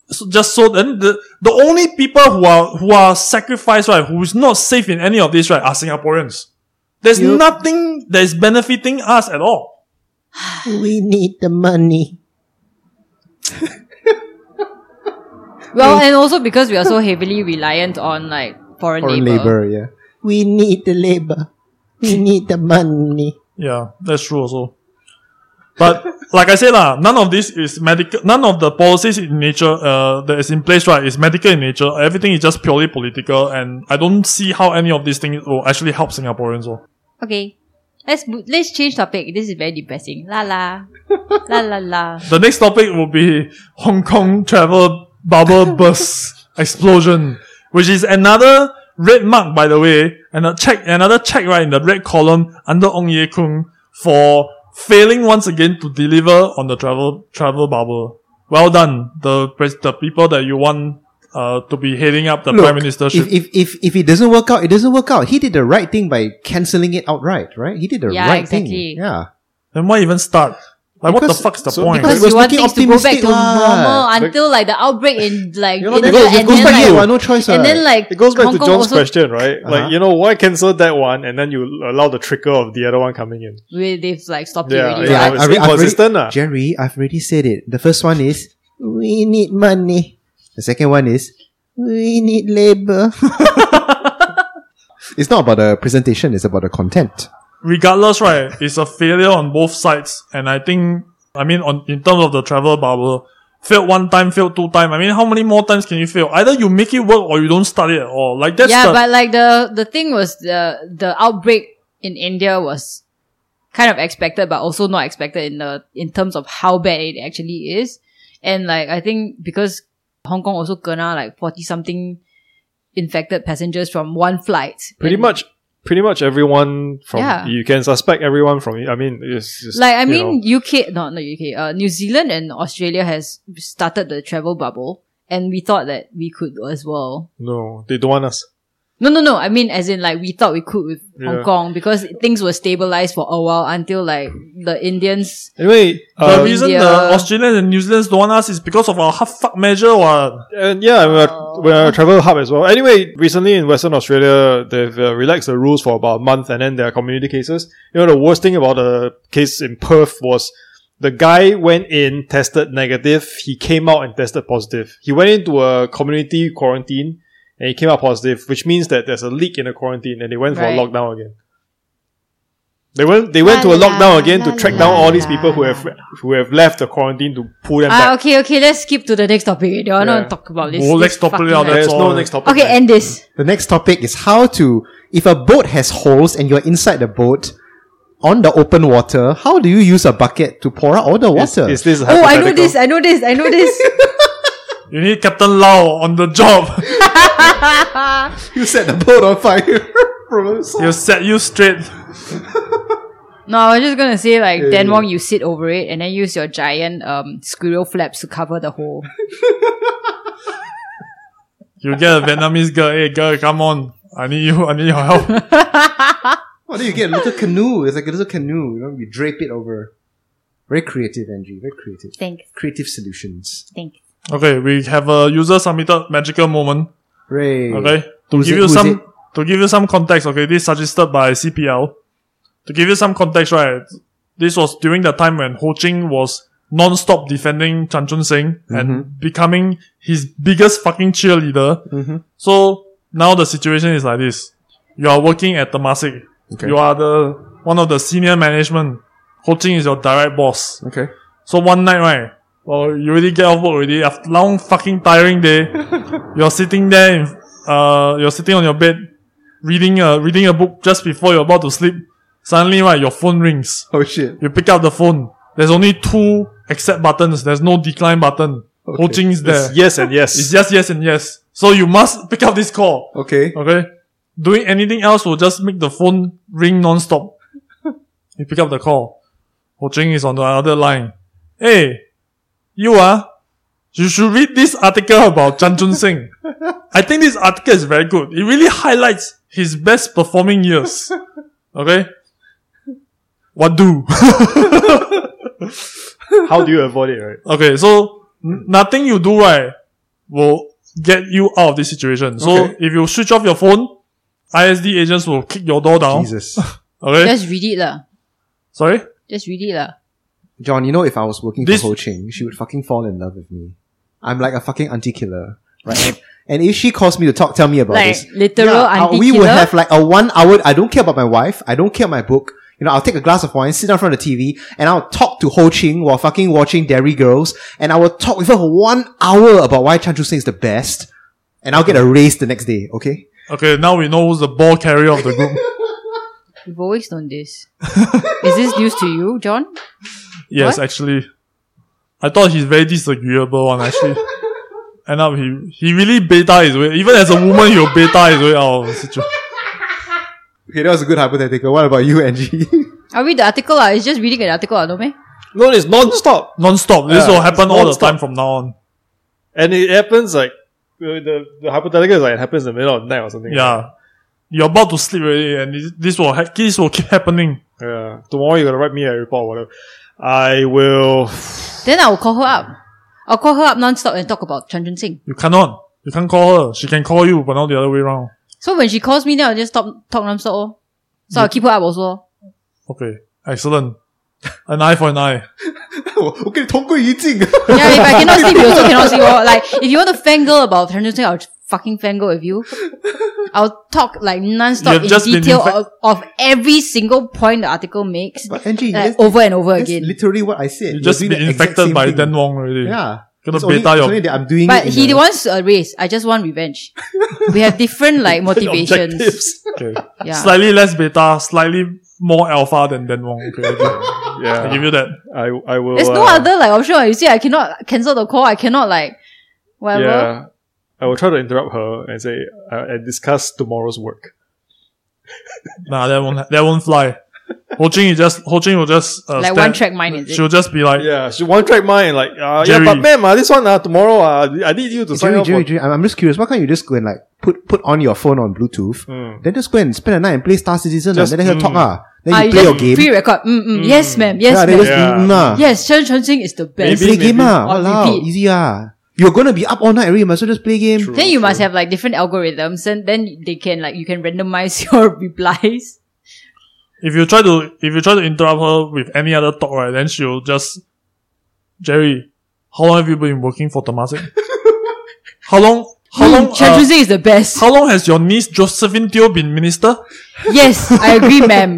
Speaker 2: So just so then the the only people who are who are sacrificed right, who is not safe in any of this right, are Singaporeans. There's
Speaker 4: Yup.
Speaker 2: nothing that is benefiting us at all.
Speaker 4: We need the money.
Speaker 3: Well, and also because we are so heavily reliant on like foreign,
Speaker 4: Foreign
Speaker 3: labor.
Speaker 4: labor, yeah. We need the labor. We need the money.
Speaker 2: Yeah, that's true also. But like I said, lah, none of this is medical. None of the policies in nature uh, that is in place, right, is medical in nature. Everything is just purely political, and I don't see how any of these things will actually help Singaporeans. Oh.
Speaker 3: Okay. Let's mo- let's change topic. This is very depressing. La [laughs] la. la la la.
Speaker 2: The next topic will be Hong Kong travel
Speaker 4: [laughs]
Speaker 2: bubble burst explosion, which is another red mark, by the way, and a check, another check right in the red column under Ong Ye Kung for failing once again to deliver on the travel travel bubble. Well done, the pres- the people that you want uh, to be heading up the prime ministership.
Speaker 4: If, if, if, if it doesn't work out, it doesn't work out. He did the right thing by cancelling it outright, right? He did the
Speaker 3: Yeah,
Speaker 4: right
Speaker 3: exactly.
Speaker 4: thing. Yeah.
Speaker 2: then why even start? Like what the
Speaker 4: Because-
Speaker 2: fuck's the
Speaker 5: so
Speaker 2: point?
Speaker 4: because-
Speaker 3: Because
Speaker 4: was
Speaker 3: you want
Speaker 4: looking
Speaker 3: things to go back
Speaker 4: optimistic
Speaker 3: to
Speaker 4: lah.
Speaker 3: normal until like the outbreak in like
Speaker 5: You know,
Speaker 3: in
Speaker 5: it
Speaker 3: the-
Speaker 5: goes- it
Speaker 3: and
Speaker 5: goes
Speaker 3: then
Speaker 5: back
Speaker 3: like
Speaker 5: to
Speaker 4: you, no choice. uh,
Speaker 3: and
Speaker 4: what.
Speaker 3: then like
Speaker 5: It goes back
Speaker 3: Hong
Speaker 5: to
Speaker 3: Kong
Speaker 5: John's
Speaker 3: also,
Speaker 5: question, right?
Speaker 4: Uh-huh.
Speaker 5: Like, you know, why cancel that one and then you allow the trickle of the other one coming in?
Speaker 3: Well, they've like stopped
Speaker 5: Yeah,
Speaker 3: it already.
Speaker 5: yeah,
Speaker 3: right?
Speaker 5: it's
Speaker 4: I- I re- I've
Speaker 5: inconsistent,
Speaker 4: already-
Speaker 5: ah.
Speaker 4: Jerry, I've already said it. The first one is we need money. The second one is we need labor. it's not about the presentation; it's about the content.
Speaker 2: regardless, right, [laughs] it's a failure on both sides. And I think, I mean, on in terms of the travel bubble, failed one time, failed two time. I mean, how many more times can you fail? Either you make it work or you don't start it at all. Like that's
Speaker 3: yeah,
Speaker 2: the
Speaker 3: but like the the thing was the the outbreak in India was kind of expected, but also not expected in the in terms of how bad it actually is. And like I think because Hong Kong also kena like forty something infected passengers from one flight.
Speaker 5: Pretty
Speaker 3: And,
Speaker 5: much, pretty much everyone from,
Speaker 3: Yeah.
Speaker 5: you can suspect everyone from, I mean, it's just,
Speaker 3: Like I
Speaker 5: you know.
Speaker 3: mean, UK no no UK uh, New Zealand and Australia has started the travel bubble, and we thought that we could as well.
Speaker 5: No, they don't want us.
Speaker 3: No, no, no. I mean, as in, like, we thought we could with Hong
Speaker 5: Yeah.
Speaker 3: Kong because things were stabilized for a while until, like, the Indians.
Speaker 5: Anyway,
Speaker 2: the
Speaker 5: uh,
Speaker 2: reason the
Speaker 3: India-
Speaker 2: Australians and New Zealanders don't want us is because of our half fuck measure. What?
Speaker 5: and yeah,
Speaker 3: Oh.
Speaker 5: we're, we're a travel hub as well. Anyway, recently in Western Australia, they've uh, relaxed the rules for about a month, and then there are community cases. You know, the worst thing about the case in Perth was the guy went in, tested negative. He came out and tested positive. He went into a community quarantine, and he came out positive, which means that there's a leak in the quarantine, and they went
Speaker 3: Right.
Speaker 5: for a lockdown again. They went. They went to a
Speaker 3: La la,
Speaker 5: lockdown again
Speaker 3: la
Speaker 5: to track
Speaker 3: la
Speaker 5: down all
Speaker 3: la
Speaker 5: these people who
Speaker 3: la.
Speaker 5: have who have left the quarantine to pull them
Speaker 3: Ah,
Speaker 5: back.
Speaker 3: okay, okay. Let's skip to the next topic. I don't
Speaker 5: Yeah.
Speaker 3: want to talk about this.
Speaker 2: Oh,
Speaker 3: this
Speaker 2: let's stop it
Speaker 3: fucking
Speaker 2: out.
Speaker 3: mess.
Speaker 5: There's
Speaker 2: That's
Speaker 5: no
Speaker 2: all.
Speaker 5: next topic.
Speaker 3: Okay, end this.
Speaker 4: The next topic is how to if a boat has holes and you're inside the boat on the open water, how do you use a bucket to pour out all the
Speaker 5: Is,
Speaker 4: water?
Speaker 5: is this
Speaker 3: Oh, I know
Speaker 5: hypothetical?
Speaker 3: this. I know this. I know this.
Speaker 2: You need Captain Lau on the job. [laughs]
Speaker 4: you set the boat on fire. [laughs]
Speaker 2: He'll set you straight.
Speaker 3: no, I was just gonna say like Dan Wong, you sit over it and then use your giant um squirrel flaps to cover the hole.
Speaker 2: You get a Vietnamese girl. Hey, girl, come on. I need you. I need your help. [laughs]
Speaker 4: What do you get? A little canoe. It's like a little canoe. You know, you drape it over. Very creative, Angie. Very creative.
Speaker 3: Thanks,
Speaker 4: Creative solutions.
Speaker 3: thanks.
Speaker 2: Okay, we have a user submitted magical moment.
Speaker 4: Ray.
Speaker 2: Okay. To
Speaker 4: Who's
Speaker 2: give
Speaker 4: it-
Speaker 2: you
Speaker 4: who's
Speaker 2: some
Speaker 4: it?
Speaker 2: to give you some context, okay, this suggested by CPL. To give you some context, right? This was during the time when Ho Ching was non-stop defending Chan Chun Sing and becoming his biggest fucking cheerleader. So now the situation is like this. You are working at Temasek.
Speaker 4: Okay.
Speaker 2: You are the one of the senior management. Ho Ching is your direct boss.
Speaker 4: Okay.
Speaker 2: So one night, right? Well, you already get off work already after long fucking tiring day. you're sitting there, in, uh, you're sitting on your bed, reading a reading a book just before you're about to sleep. Suddenly, right, your phone rings.
Speaker 4: Oh shit.
Speaker 2: You pick up the phone. There's only two accept buttons. There's no decline button. Okay. Ho Ching's there.
Speaker 5: It's yes and yes. [laughs]
Speaker 2: It's just yes and yes. So you must pick up this call.
Speaker 4: Okay.
Speaker 2: Okay. Doing anything else will just make the phone ring non-stop. you pick up the call. Ho Ching is on the other line. Hey, you are. You should read this article about Chan Chun Sing. I think this article is very good. It really highlights his best performing years. Okay? What do?
Speaker 5: How do you avoid it, right?
Speaker 2: Okay, so n- nothing you do right will get you out of this situation. So
Speaker 4: Okay.
Speaker 2: if you switch off your phone, ISD agents will kick your door down.
Speaker 4: Jesus.
Speaker 2: [laughs] Okay,
Speaker 3: Just read it lah.
Speaker 2: sorry.
Speaker 3: Just read it lah.
Speaker 4: John, you know, if I was working
Speaker 2: This-
Speaker 4: for Ho Ching, she would fucking fall in love with me. I'm like a fucking auntie killer, right? And- and if she calls me to talk, tell me about
Speaker 3: Like,
Speaker 4: this.
Speaker 3: literal
Speaker 4: uh,
Speaker 3: auntie
Speaker 4: We will
Speaker 3: killer?
Speaker 4: have like a one hour. I don't care about my wife. I don't care my book. You know, I'll take a glass of wine, sit down in front of the TV, and I'll talk to Ho Ching while fucking watching Dairy Girls, and I will talk with her for one hour about why Chan Chu Sing is the best, and I'll get a raise the next day. Okay.
Speaker 2: Okay, now we know who's the ball carrier of the group.
Speaker 3: You've always known this. Is this news to you, John?
Speaker 2: yes,
Speaker 3: What?
Speaker 2: actually. I thought he's very disagreeable one actually. End up he he really beta his way. Even as a woman he'll beta his way out of the situation.
Speaker 4: Okay, that was a good hypothetical. What about you, Angie?
Speaker 3: I read the article. Uh, it's just reading an article, uh, no me?
Speaker 5: No, it's non-stop.
Speaker 2: Non stop. This
Speaker 5: Yeah,
Speaker 2: will happen
Speaker 5: it's
Speaker 2: all the
Speaker 5: non-stop.
Speaker 2: time from now on.
Speaker 5: And it happens like the, the, the hypothetical is like it happens in the middle of the night or something.
Speaker 2: Yeah. You're about to sleep already and this- this will ha- this will keep happening.
Speaker 5: Yeah. Tomorrow you're gonna write me a report or whatever. I will
Speaker 3: Then I will call her up. I'll call her up non-stop and talk about Chan Chun Sing.
Speaker 2: You cannot. You can't call her. She can call you, but not the other way around.
Speaker 3: So when she calls me, then I'll just stop talk non-stop. oh. So I'll keep her up also.
Speaker 2: Okay. Excellent. An eye for an eye.
Speaker 4: 我我跟你同归于尽。
Speaker 3: Yeah, if I cannot sleep, you also cannot sleep. oh. Like, if you want to fangirl about Chan Chun Sing, I'll fucking fangirl with you. I'll talk like non-stop
Speaker 2: You've
Speaker 3: in
Speaker 2: just been
Speaker 3: detail
Speaker 2: infect-
Speaker 3: of, of every single point the article
Speaker 4: [laughs]
Speaker 3: makes.
Speaker 4: But Angie,
Speaker 3: Like,
Speaker 4: that's,
Speaker 3: over and over
Speaker 4: that's
Speaker 3: again.
Speaker 4: literally what I said.
Speaker 2: You
Speaker 4: You're
Speaker 2: just
Speaker 4: doing
Speaker 2: been
Speaker 4: the exact
Speaker 2: infected
Speaker 4: same
Speaker 2: by
Speaker 4: thing.
Speaker 2: Dan Wong already.
Speaker 4: Yeah.
Speaker 2: Gonna
Speaker 4: It's only,
Speaker 2: beta
Speaker 4: it's
Speaker 2: your-
Speaker 4: only that I'm doing it
Speaker 3: But
Speaker 4: in
Speaker 3: he
Speaker 4: a-
Speaker 3: wants a race. I just want revenge. we have different like
Speaker 5: [laughs]
Speaker 3: motivations.
Speaker 5: objectives.
Speaker 2: Okay.
Speaker 3: Yeah.
Speaker 2: Slightly less beta, slightly more alpha than Dan Wong. Okay. I give-
Speaker 4: [laughs]
Speaker 2: I give
Speaker 5: Yeah.
Speaker 2: you that.
Speaker 5: I I will
Speaker 3: There's no
Speaker 5: uh,
Speaker 3: other like option. what. You see, I cannot cancel the call. I cannot like whatever.
Speaker 5: Yeah. I will try to interrupt her and say uh, and discuss tomorrow's work.
Speaker 2: Nah, that won't that won't fly. Ho Ching is just Ho Ching will just uh,
Speaker 3: Like
Speaker 2: stand-
Speaker 3: one track mind is it?
Speaker 2: She'll just be like,
Speaker 5: Yeah, she one track mind like uh, yeah,
Speaker 2: Jerry.
Speaker 5: but ma'am, uh, this one uh, tomorrow uh, I need you to sign
Speaker 4: Jerry,
Speaker 5: up.
Speaker 4: Jerry,
Speaker 5: for-
Speaker 4: Jerry, I'm, I'm just curious. Why can't you just go and like put put on your phone on Bluetooth,
Speaker 5: Mm.
Speaker 4: then just go and spend a night and play Star Citizen,
Speaker 5: Just-
Speaker 4: and then let her talk.
Speaker 5: mm.
Speaker 4: Ah, then
Speaker 3: Ah,
Speaker 4: you
Speaker 3: you
Speaker 4: play
Speaker 3: just
Speaker 4: your game.
Speaker 3: Pre-record. Mm, mm, Yes, ma'am. Yes,
Speaker 4: yeah, then
Speaker 3: ma'am.
Speaker 4: just
Speaker 5: Yeah.
Speaker 4: mm, nah.
Speaker 3: Yes, Chen Chun Sing is the
Speaker 4: Then
Speaker 3: best.
Speaker 5: Maybe-
Speaker 4: play game ah.
Speaker 3: On
Speaker 4: Walao,
Speaker 3: repeat.
Speaker 4: easy ah. You're gonna be up all night, already. You might as well just play game.
Speaker 3: Then you must have like different algorithms, and then they can like you can randomize [laughs] your replies.
Speaker 2: if you try to if you try to interrupt her with any other talk, right, then she'll just Jerry, how long have you been working for
Speaker 4: [laughs]
Speaker 2: Tomasic? how long? How long?
Speaker 3: Mm, Chen
Speaker 2: uh,
Speaker 3: Chun Sing is the best.
Speaker 2: how long has your niece Josephine Teo been minister?
Speaker 3: Yes, I agree,
Speaker 4: [laughs]
Speaker 3: ma'am.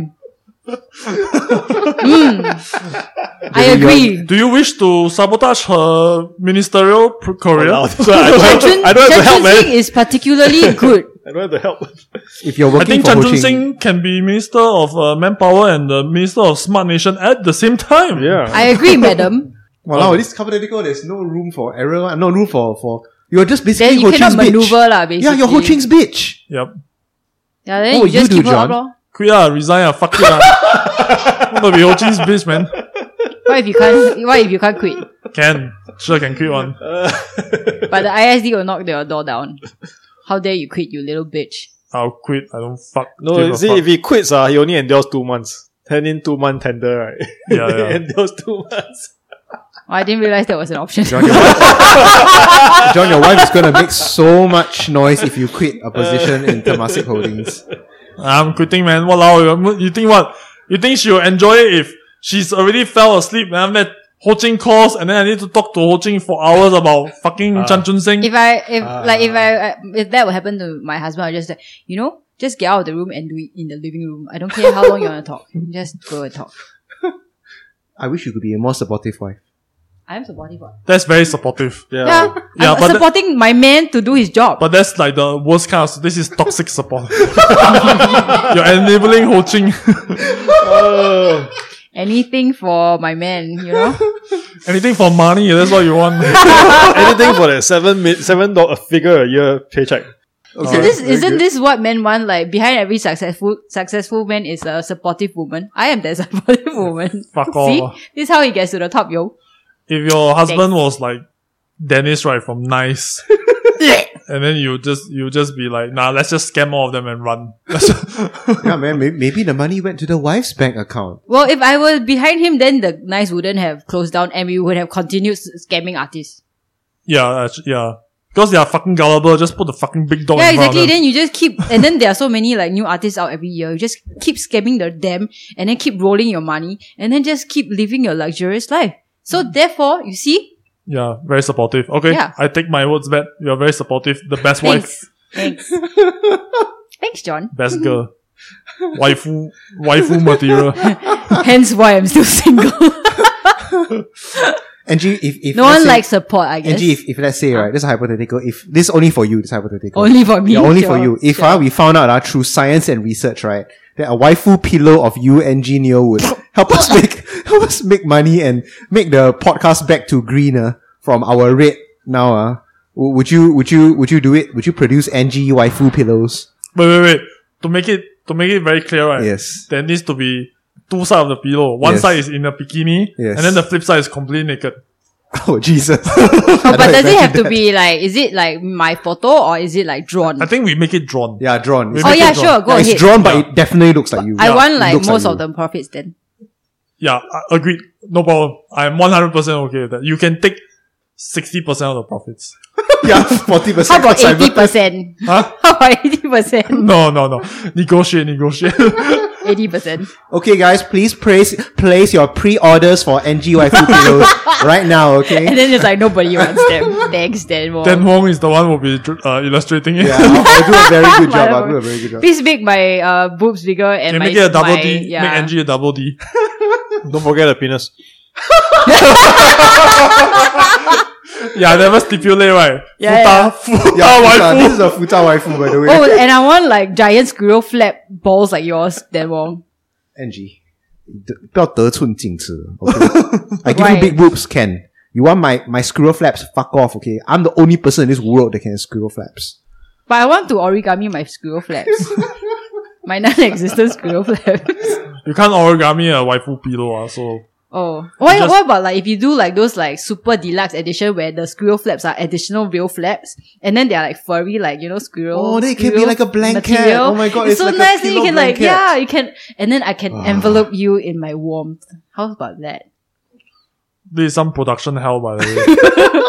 Speaker 3: mm. I agree.
Speaker 2: Do you wish to sabotage her ministerial pr- career?
Speaker 5: [laughs] Wow, this one I don't
Speaker 3: Chen
Speaker 5: have
Speaker 3: Chun
Speaker 5: to- I don't have to help,
Speaker 3: Sing
Speaker 5: man.
Speaker 3: is particularly good.
Speaker 5: I don't have to help. [laughs]
Speaker 4: If you're
Speaker 2: I
Speaker 4: working
Speaker 2: think
Speaker 4: for
Speaker 2: Chan
Speaker 4: Ho
Speaker 2: Chun
Speaker 4: Ching,
Speaker 2: Sing can be Minister of uh, Manpower and the Minister of Smart Nation at the same time.
Speaker 5: Yeah.
Speaker 3: I
Speaker 4: [laughs]
Speaker 3: agree, madam.
Speaker 4: Walao, this hypothetical, there's no room for error. ah, No room for for. You're just basically
Speaker 3: Then you
Speaker 4: Ho
Speaker 3: cannot
Speaker 4: Ching's bitch.
Speaker 3: maneuver lah. Basically,
Speaker 4: Yeah, you're Ho Ching's bitch.
Speaker 2: Yep.
Speaker 3: Yeah, then
Speaker 4: Oh,
Speaker 3: you just
Speaker 4: you do,
Speaker 3: keep her up,
Speaker 4: John.
Speaker 3: lor.
Speaker 2: Quit lah, resign ah, fuck it lah. [laughs] I'm gonna be Ho Chin's bitch, man.
Speaker 3: What if you can't? What if you can't quit?
Speaker 2: Can. Sure, can quit one.
Speaker 3: But the ISD will knock your door down. How dare you quit, you little bitch?
Speaker 2: I'll quit. I don't fuck.
Speaker 5: No,
Speaker 2: give
Speaker 5: you
Speaker 2: a
Speaker 5: see,
Speaker 2: fuck.
Speaker 5: if he quits, uh, he only endures two months. Ten in two month tender, right? [laughs]
Speaker 2: Yeah,
Speaker 5: He
Speaker 2: yeah.
Speaker 5: endures two months.
Speaker 3: Oh, I didn't realize that was an option.
Speaker 4: John, your wife, John, your wife is going to make so much noise if you quit a position in Temasek Holdings.
Speaker 2: I'm quitting, man. Walao, you- you think what? You think she'll enjoy it if she's already fell asleep and I'm that Ho Ching calls and then I need to talk to Ho Ching for hours about fucking Chan Chun Sing?
Speaker 3: [laughs] if I, if
Speaker 2: Ah.
Speaker 3: like, if I, I- if that would happen to my husband, I just, like, you know, just get out of the room and do it in the living room. I don't care how long you want to talk. [laughs] Just go and talk.
Speaker 4: I wish you could be a more supportive wife.
Speaker 3: I'm supportive. what?
Speaker 2: That's very supportive.
Speaker 5: Yeah.
Speaker 3: Yeah,
Speaker 2: Yeah,
Speaker 3: I'm
Speaker 2: but
Speaker 3: supporting my man to do his job.
Speaker 2: But that's like the worst kind of, this is toxic support. You're enabling Ho Ching. [laughs]
Speaker 5: Oh,
Speaker 3: Anything for my man,
Speaker 2: [laughs]
Speaker 3: you know.
Speaker 2: Anything for money, that's what you want.
Speaker 5: [laughs] anything for that seven mi- seven dollar figure a year paycheck.
Speaker 4: Okay.
Speaker 3: So this isn't this what men want? Like behind every successful successful man is a supportive woman. I am that [laughs] supportive woman.
Speaker 2: Fuck
Speaker 3: See,
Speaker 2: off.
Speaker 3: this is how he gets to the top, yo.
Speaker 2: If your husband was like Dennis, right, from Nice, and then you just, you just be like, nah, let's just scam all of them and run. [laughs]
Speaker 4: Yeah, man, maybe, maybe the money went to the wife's bank account.
Speaker 3: Well, if I was behind him, then the nice wouldn't have closed down, and we would have continued s- scamming artists.
Speaker 2: yeah, actu- yeah. Because they are fucking gullible, just put the fucking big dog
Speaker 3: Yeah,
Speaker 2: in front
Speaker 3: exactly.
Speaker 2: of them.
Speaker 3: Then you just keep, and then there are so many like new artists out every year. You just keep scamming the them, and then keep rolling your money, and then just keep living your luxurious life. So therefore, you see,
Speaker 2: yeah, very supportive. Okay,
Speaker 3: Yeah.
Speaker 2: I take my words back. You are very supportive. The best wife,
Speaker 4: [laughs]
Speaker 3: thanks, thanks, thanks, John.
Speaker 2: [laughs]
Speaker 3: [laughs]
Speaker 2: best girl. waifu, waifu material.
Speaker 3: Hence why I'm still [laughs] single.
Speaker 4: [laughs] Angie, if, if
Speaker 3: no
Speaker 4: let's
Speaker 3: one
Speaker 4: say-
Speaker 3: likes support, I guess.
Speaker 4: Angie, if, if let's say right, this is hypothetical. If this is only for you, this is hypothetical.
Speaker 3: only for me.
Speaker 4: yeah, only for
Speaker 3: sure,
Speaker 4: you. If
Speaker 3: sure.
Speaker 4: uh, we found out uh, through science and research, right, that a waifu pillow of you and Genio
Speaker 3: [laughs]
Speaker 4: would help us make [laughs] help us make money and make the podcast back to greener from our red now. Uh, w- would you would you would you do it? Would you produce Angie waifu pillows? [laughs]
Speaker 2: Wait, wait, wait. To make it to make it very clear, right?
Speaker 4: Yes.
Speaker 2: There needs to be two sides of the pillow. One
Speaker 4: Yes.
Speaker 2: side is in a bikini,
Speaker 4: Yes.
Speaker 2: and then the flip side is completely naked.
Speaker 4: Oh Jesus! [laughs]
Speaker 3: Oh, but does it have to be like? Is it like my photo or is it like drawn?
Speaker 2: I think we make it drawn.
Speaker 4: Yeah, drawn. It's
Speaker 3: oh
Speaker 2: make
Speaker 3: yeah,
Speaker 2: it drawn.
Speaker 3: sure. Go
Speaker 4: yeah,
Speaker 3: ahead.
Speaker 4: it's drawn, but it definitely looks like you.
Speaker 3: I want
Speaker 4: It
Speaker 3: like
Speaker 4: looks
Speaker 3: most
Speaker 4: you.
Speaker 3: of the profits then.
Speaker 2: Yeah, I- agreed. No problem. I'm 100% okay with that. You can take 60% of the profits.
Speaker 4: [laughs] Yeah, forty percent.
Speaker 3: How about eighty percent? [laughs]
Speaker 2: Huh?
Speaker 3: How about eighty percent?
Speaker 2: No, no, [laughs] no. Negotiate, negotiate. [laughs]
Speaker 3: Eighty percent.
Speaker 4: Okay, guys, please place place your pre-orders for NGY food
Speaker 3: [laughs]
Speaker 4: pillows right now. Okay.
Speaker 3: And then it's like nobody wants
Speaker 2: [laughs]
Speaker 3: them. Thanks, Dan Wong.
Speaker 2: Dan Wong is the one who will be dr- uh, illustrating it. [laughs]
Speaker 4: Yeah, I'll, I'll do a very
Speaker 3: [laughs]
Speaker 4: good job. I'll
Speaker 3: Whatever.
Speaker 4: do a very good job.
Speaker 3: Please make my uh, boobs bigger and
Speaker 2: Can
Speaker 3: my,
Speaker 2: make it a double
Speaker 3: my-
Speaker 2: D.
Speaker 3: Yeah.
Speaker 2: Make Angie a double D.
Speaker 5: Don't forget a penis.
Speaker 2: [laughs] Yeah, I never stipulate, right?
Speaker 3: Yeah,
Speaker 2: futa, yeah. [laughs] futa,
Speaker 4: Yeah, futa,
Speaker 2: waifu.
Speaker 4: this is a futa waifu, by the way.
Speaker 3: Oh, and I want like giant squirrel flap balls like yours, Dan Wong.
Speaker 4: Angie, d- 不要得寸进尺,
Speaker 3: [laughs]
Speaker 4: okay? I give
Speaker 3: Why?
Speaker 4: you big boobs, Ken. You want my, my squirrel flaps? Fuck off, okay? I'm the only person in this world that can have squirrel flaps.
Speaker 3: But I want to origami my
Speaker 2: [laughs]
Speaker 3: squirrel flaps. my non-existent squirrel flaps.
Speaker 2: You can't origami a waifu pillow, ah, so.
Speaker 3: Oh, what,
Speaker 2: Just-
Speaker 3: what about like if you do like those like super deluxe edition where the squirrel flaps are additional real flaps and then they are like furry like you know squirrel.
Speaker 4: Oh, then it can be
Speaker 3: squirrel
Speaker 4: like a blanket.
Speaker 3: material.
Speaker 4: Oh my God,
Speaker 3: it's,
Speaker 4: it's
Speaker 3: so
Speaker 4: like a
Speaker 3: nice. Then you
Speaker 4: pillow
Speaker 3: can like
Speaker 4: blanket. Ah.
Speaker 3: yeah, you can and then I can envelope you in my warmth. How about that?
Speaker 2: This is some production hell, by the way.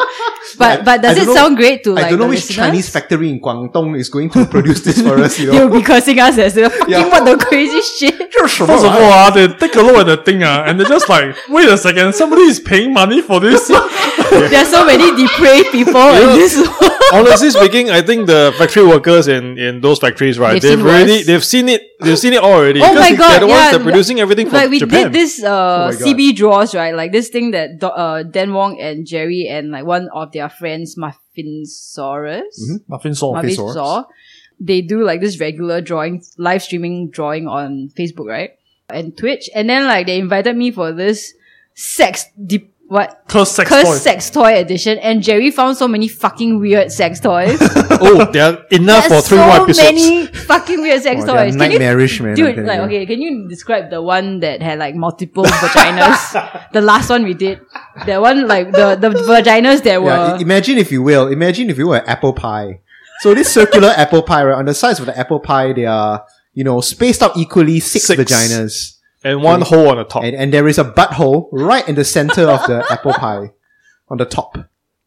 Speaker 3: But but does
Speaker 4: I
Speaker 3: it
Speaker 4: don't know-
Speaker 3: sound great to like
Speaker 4: I don't know
Speaker 3: the
Speaker 4: which
Speaker 3: listeners?
Speaker 4: Chinese factory in Guangdong is going to produce this for us, you
Speaker 3: They'll
Speaker 4: know?
Speaker 3: be cursing us as well. [laughs] Fucking
Speaker 4: Yeah.
Speaker 3: what the crazy
Speaker 4: [laughs]
Speaker 3: shit.
Speaker 2: First of all, ah, they take a look at the thing ah, and they're just like, wait a second, somebody is paying money for this?
Speaker 3: there are so many depraved people in this world.
Speaker 5: Honestly speaking, I think the factory workers in, in those factories, right?
Speaker 3: They've
Speaker 5: They've,
Speaker 3: seen
Speaker 5: already
Speaker 3: worse.
Speaker 5: they've seen it. They've seen it already.
Speaker 3: Oh
Speaker 5: Because
Speaker 3: my
Speaker 5: They're
Speaker 3: God,
Speaker 5: the
Speaker 3: yeah,
Speaker 5: ones that
Speaker 3: li-
Speaker 5: producing everything
Speaker 3: like
Speaker 5: from
Speaker 3: we
Speaker 5: Japan.
Speaker 3: did this uh,
Speaker 4: my God.
Speaker 3: CB draws right, like this thing that Do- uh, Dan Wong and Jerry and like one of their friends Muffinsaurus,
Speaker 2: Nothing so.
Speaker 3: Muffin Saw, they do like this regular drawing, live streaming drawing on Facebook, right, and Twitch, and then like they invited me for this sex deep what
Speaker 2: Curse sex
Speaker 3: curse
Speaker 2: toy.
Speaker 3: sex toy edition, and Jerry found so many fucking weird sex toys.
Speaker 5: oh, they're enough
Speaker 3: There's
Speaker 5: for three
Speaker 3: so
Speaker 5: more episodes.
Speaker 3: many fucking weird sex
Speaker 4: Oh, they are
Speaker 3: toys. Can you
Speaker 4: nightmarish, man.
Speaker 3: Dude,
Speaker 4: I'm
Speaker 3: like,
Speaker 4: telling you.
Speaker 3: okay, can you describe the one that had like multiple vaginas? the last one we did. That one, like, the, the vaginas that were.
Speaker 4: Yeah, i- imagine if you will, imagine if you were an apple pie. So this circular [laughs] apple pie, right, on the sides of the apple pie, they are, you know, spaced out equally six.
Speaker 5: Six.
Speaker 4: vaginas.
Speaker 5: And one hole on the top.
Speaker 4: and, and there is a butthole right in the center of the apple pie on the top.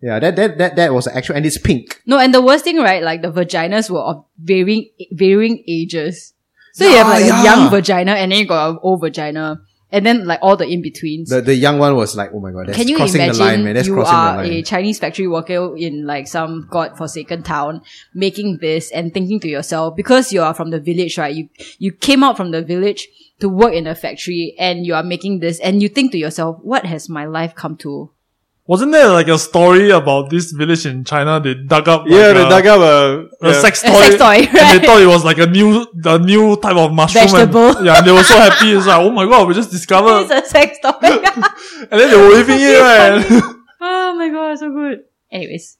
Speaker 4: Yeah, that, that, that, that was the actual, and it's pink.
Speaker 3: no, and the worst thing, right? Like, the vaginas were of varying, varying ages. So you have
Speaker 4: Yeah,
Speaker 3: like a
Speaker 4: yeah.
Speaker 3: young vagina and then you got an old vagina. And then like all the in-betweens.
Speaker 4: The, the young one was like, oh my god, that's
Speaker 3: Can you
Speaker 4: crossing
Speaker 3: imagine
Speaker 4: the line, man. That's
Speaker 3: you
Speaker 4: crossing
Speaker 3: are
Speaker 4: the
Speaker 3: a
Speaker 4: line.
Speaker 3: Chinese factory worker in like some godforsaken town making this and thinking to yourself, because you are from the village, right? You, you came out from the village to work in a factory and you are making this and you think to yourself, what has my life come to?
Speaker 2: Wasn't there like a story about this village in China? They dug up like,
Speaker 5: yeah,
Speaker 2: a,
Speaker 5: they dug up Oh a,
Speaker 2: a
Speaker 5: yeah.
Speaker 2: sex toy,
Speaker 3: A sex
Speaker 4: [laughs]
Speaker 3: toy,
Speaker 2: and
Speaker 3: right?
Speaker 2: they thought it was like a new a new type of mushroom. and- [laughs]
Speaker 3: Vegetable.
Speaker 2: yeah, and they were so happy. It's like, oh my god, we just
Speaker 3: It's
Speaker 2: discovered,
Speaker 3: a sex toy.
Speaker 4: [laughs]
Speaker 3: [laughs]
Speaker 2: and then they were waving it. Right?
Speaker 3: oh my god, so good. Anyways,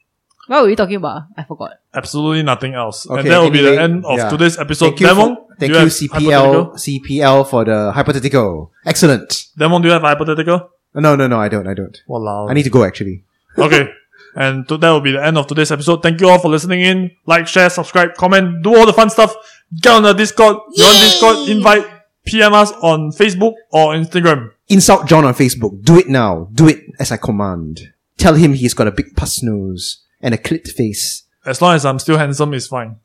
Speaker 3: what were we talking about? I forgot.
Speaker 2: Absolutely nothing else.
Speaker 4: Okay,
Speaker 2: and that will be the
Speaker 4: anyway,
Speaker 2: end of
Speaker 4: yeah.
Speaker 2: today's episode.
Speaker 4: thank you,
Speaker 2: Demon,
Speaker 4: for, thank
Speaker 2: do
Speaker 4: you
Speaker 2: have
Speaker 4: CPL,
Speaker 2: hypothetical?
Speaker 4: CPL for the hypothetical. Excellent.
Speaker 2: Demon, do you have a hypothetical?
Speaker 4: No, no, no, I don't, I don't.
Speaker 2: Walao.
Speaker 4: I need to go actually.
Speaker 2: okay. And to, that will be the end of today's episode. Thank you all for listening in. Like, share, subscribe, comment, do all the fun stuff. Get on the Discord. You're on Discord. Invite PM us on Facebook or Instagram.
Speaker 4: Insult John on Facebook. Do it now. Do it as I command. Tell him he's got a big pus nose and a clit face.
Speaker 2: As long as I'm still handsome, it's [laughs] fine.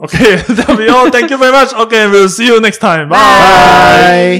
Speaker 2: Okay, that'll be all. Thank you very much. Okay, we'll see you next time. Bye.
Speaker 4: Bye.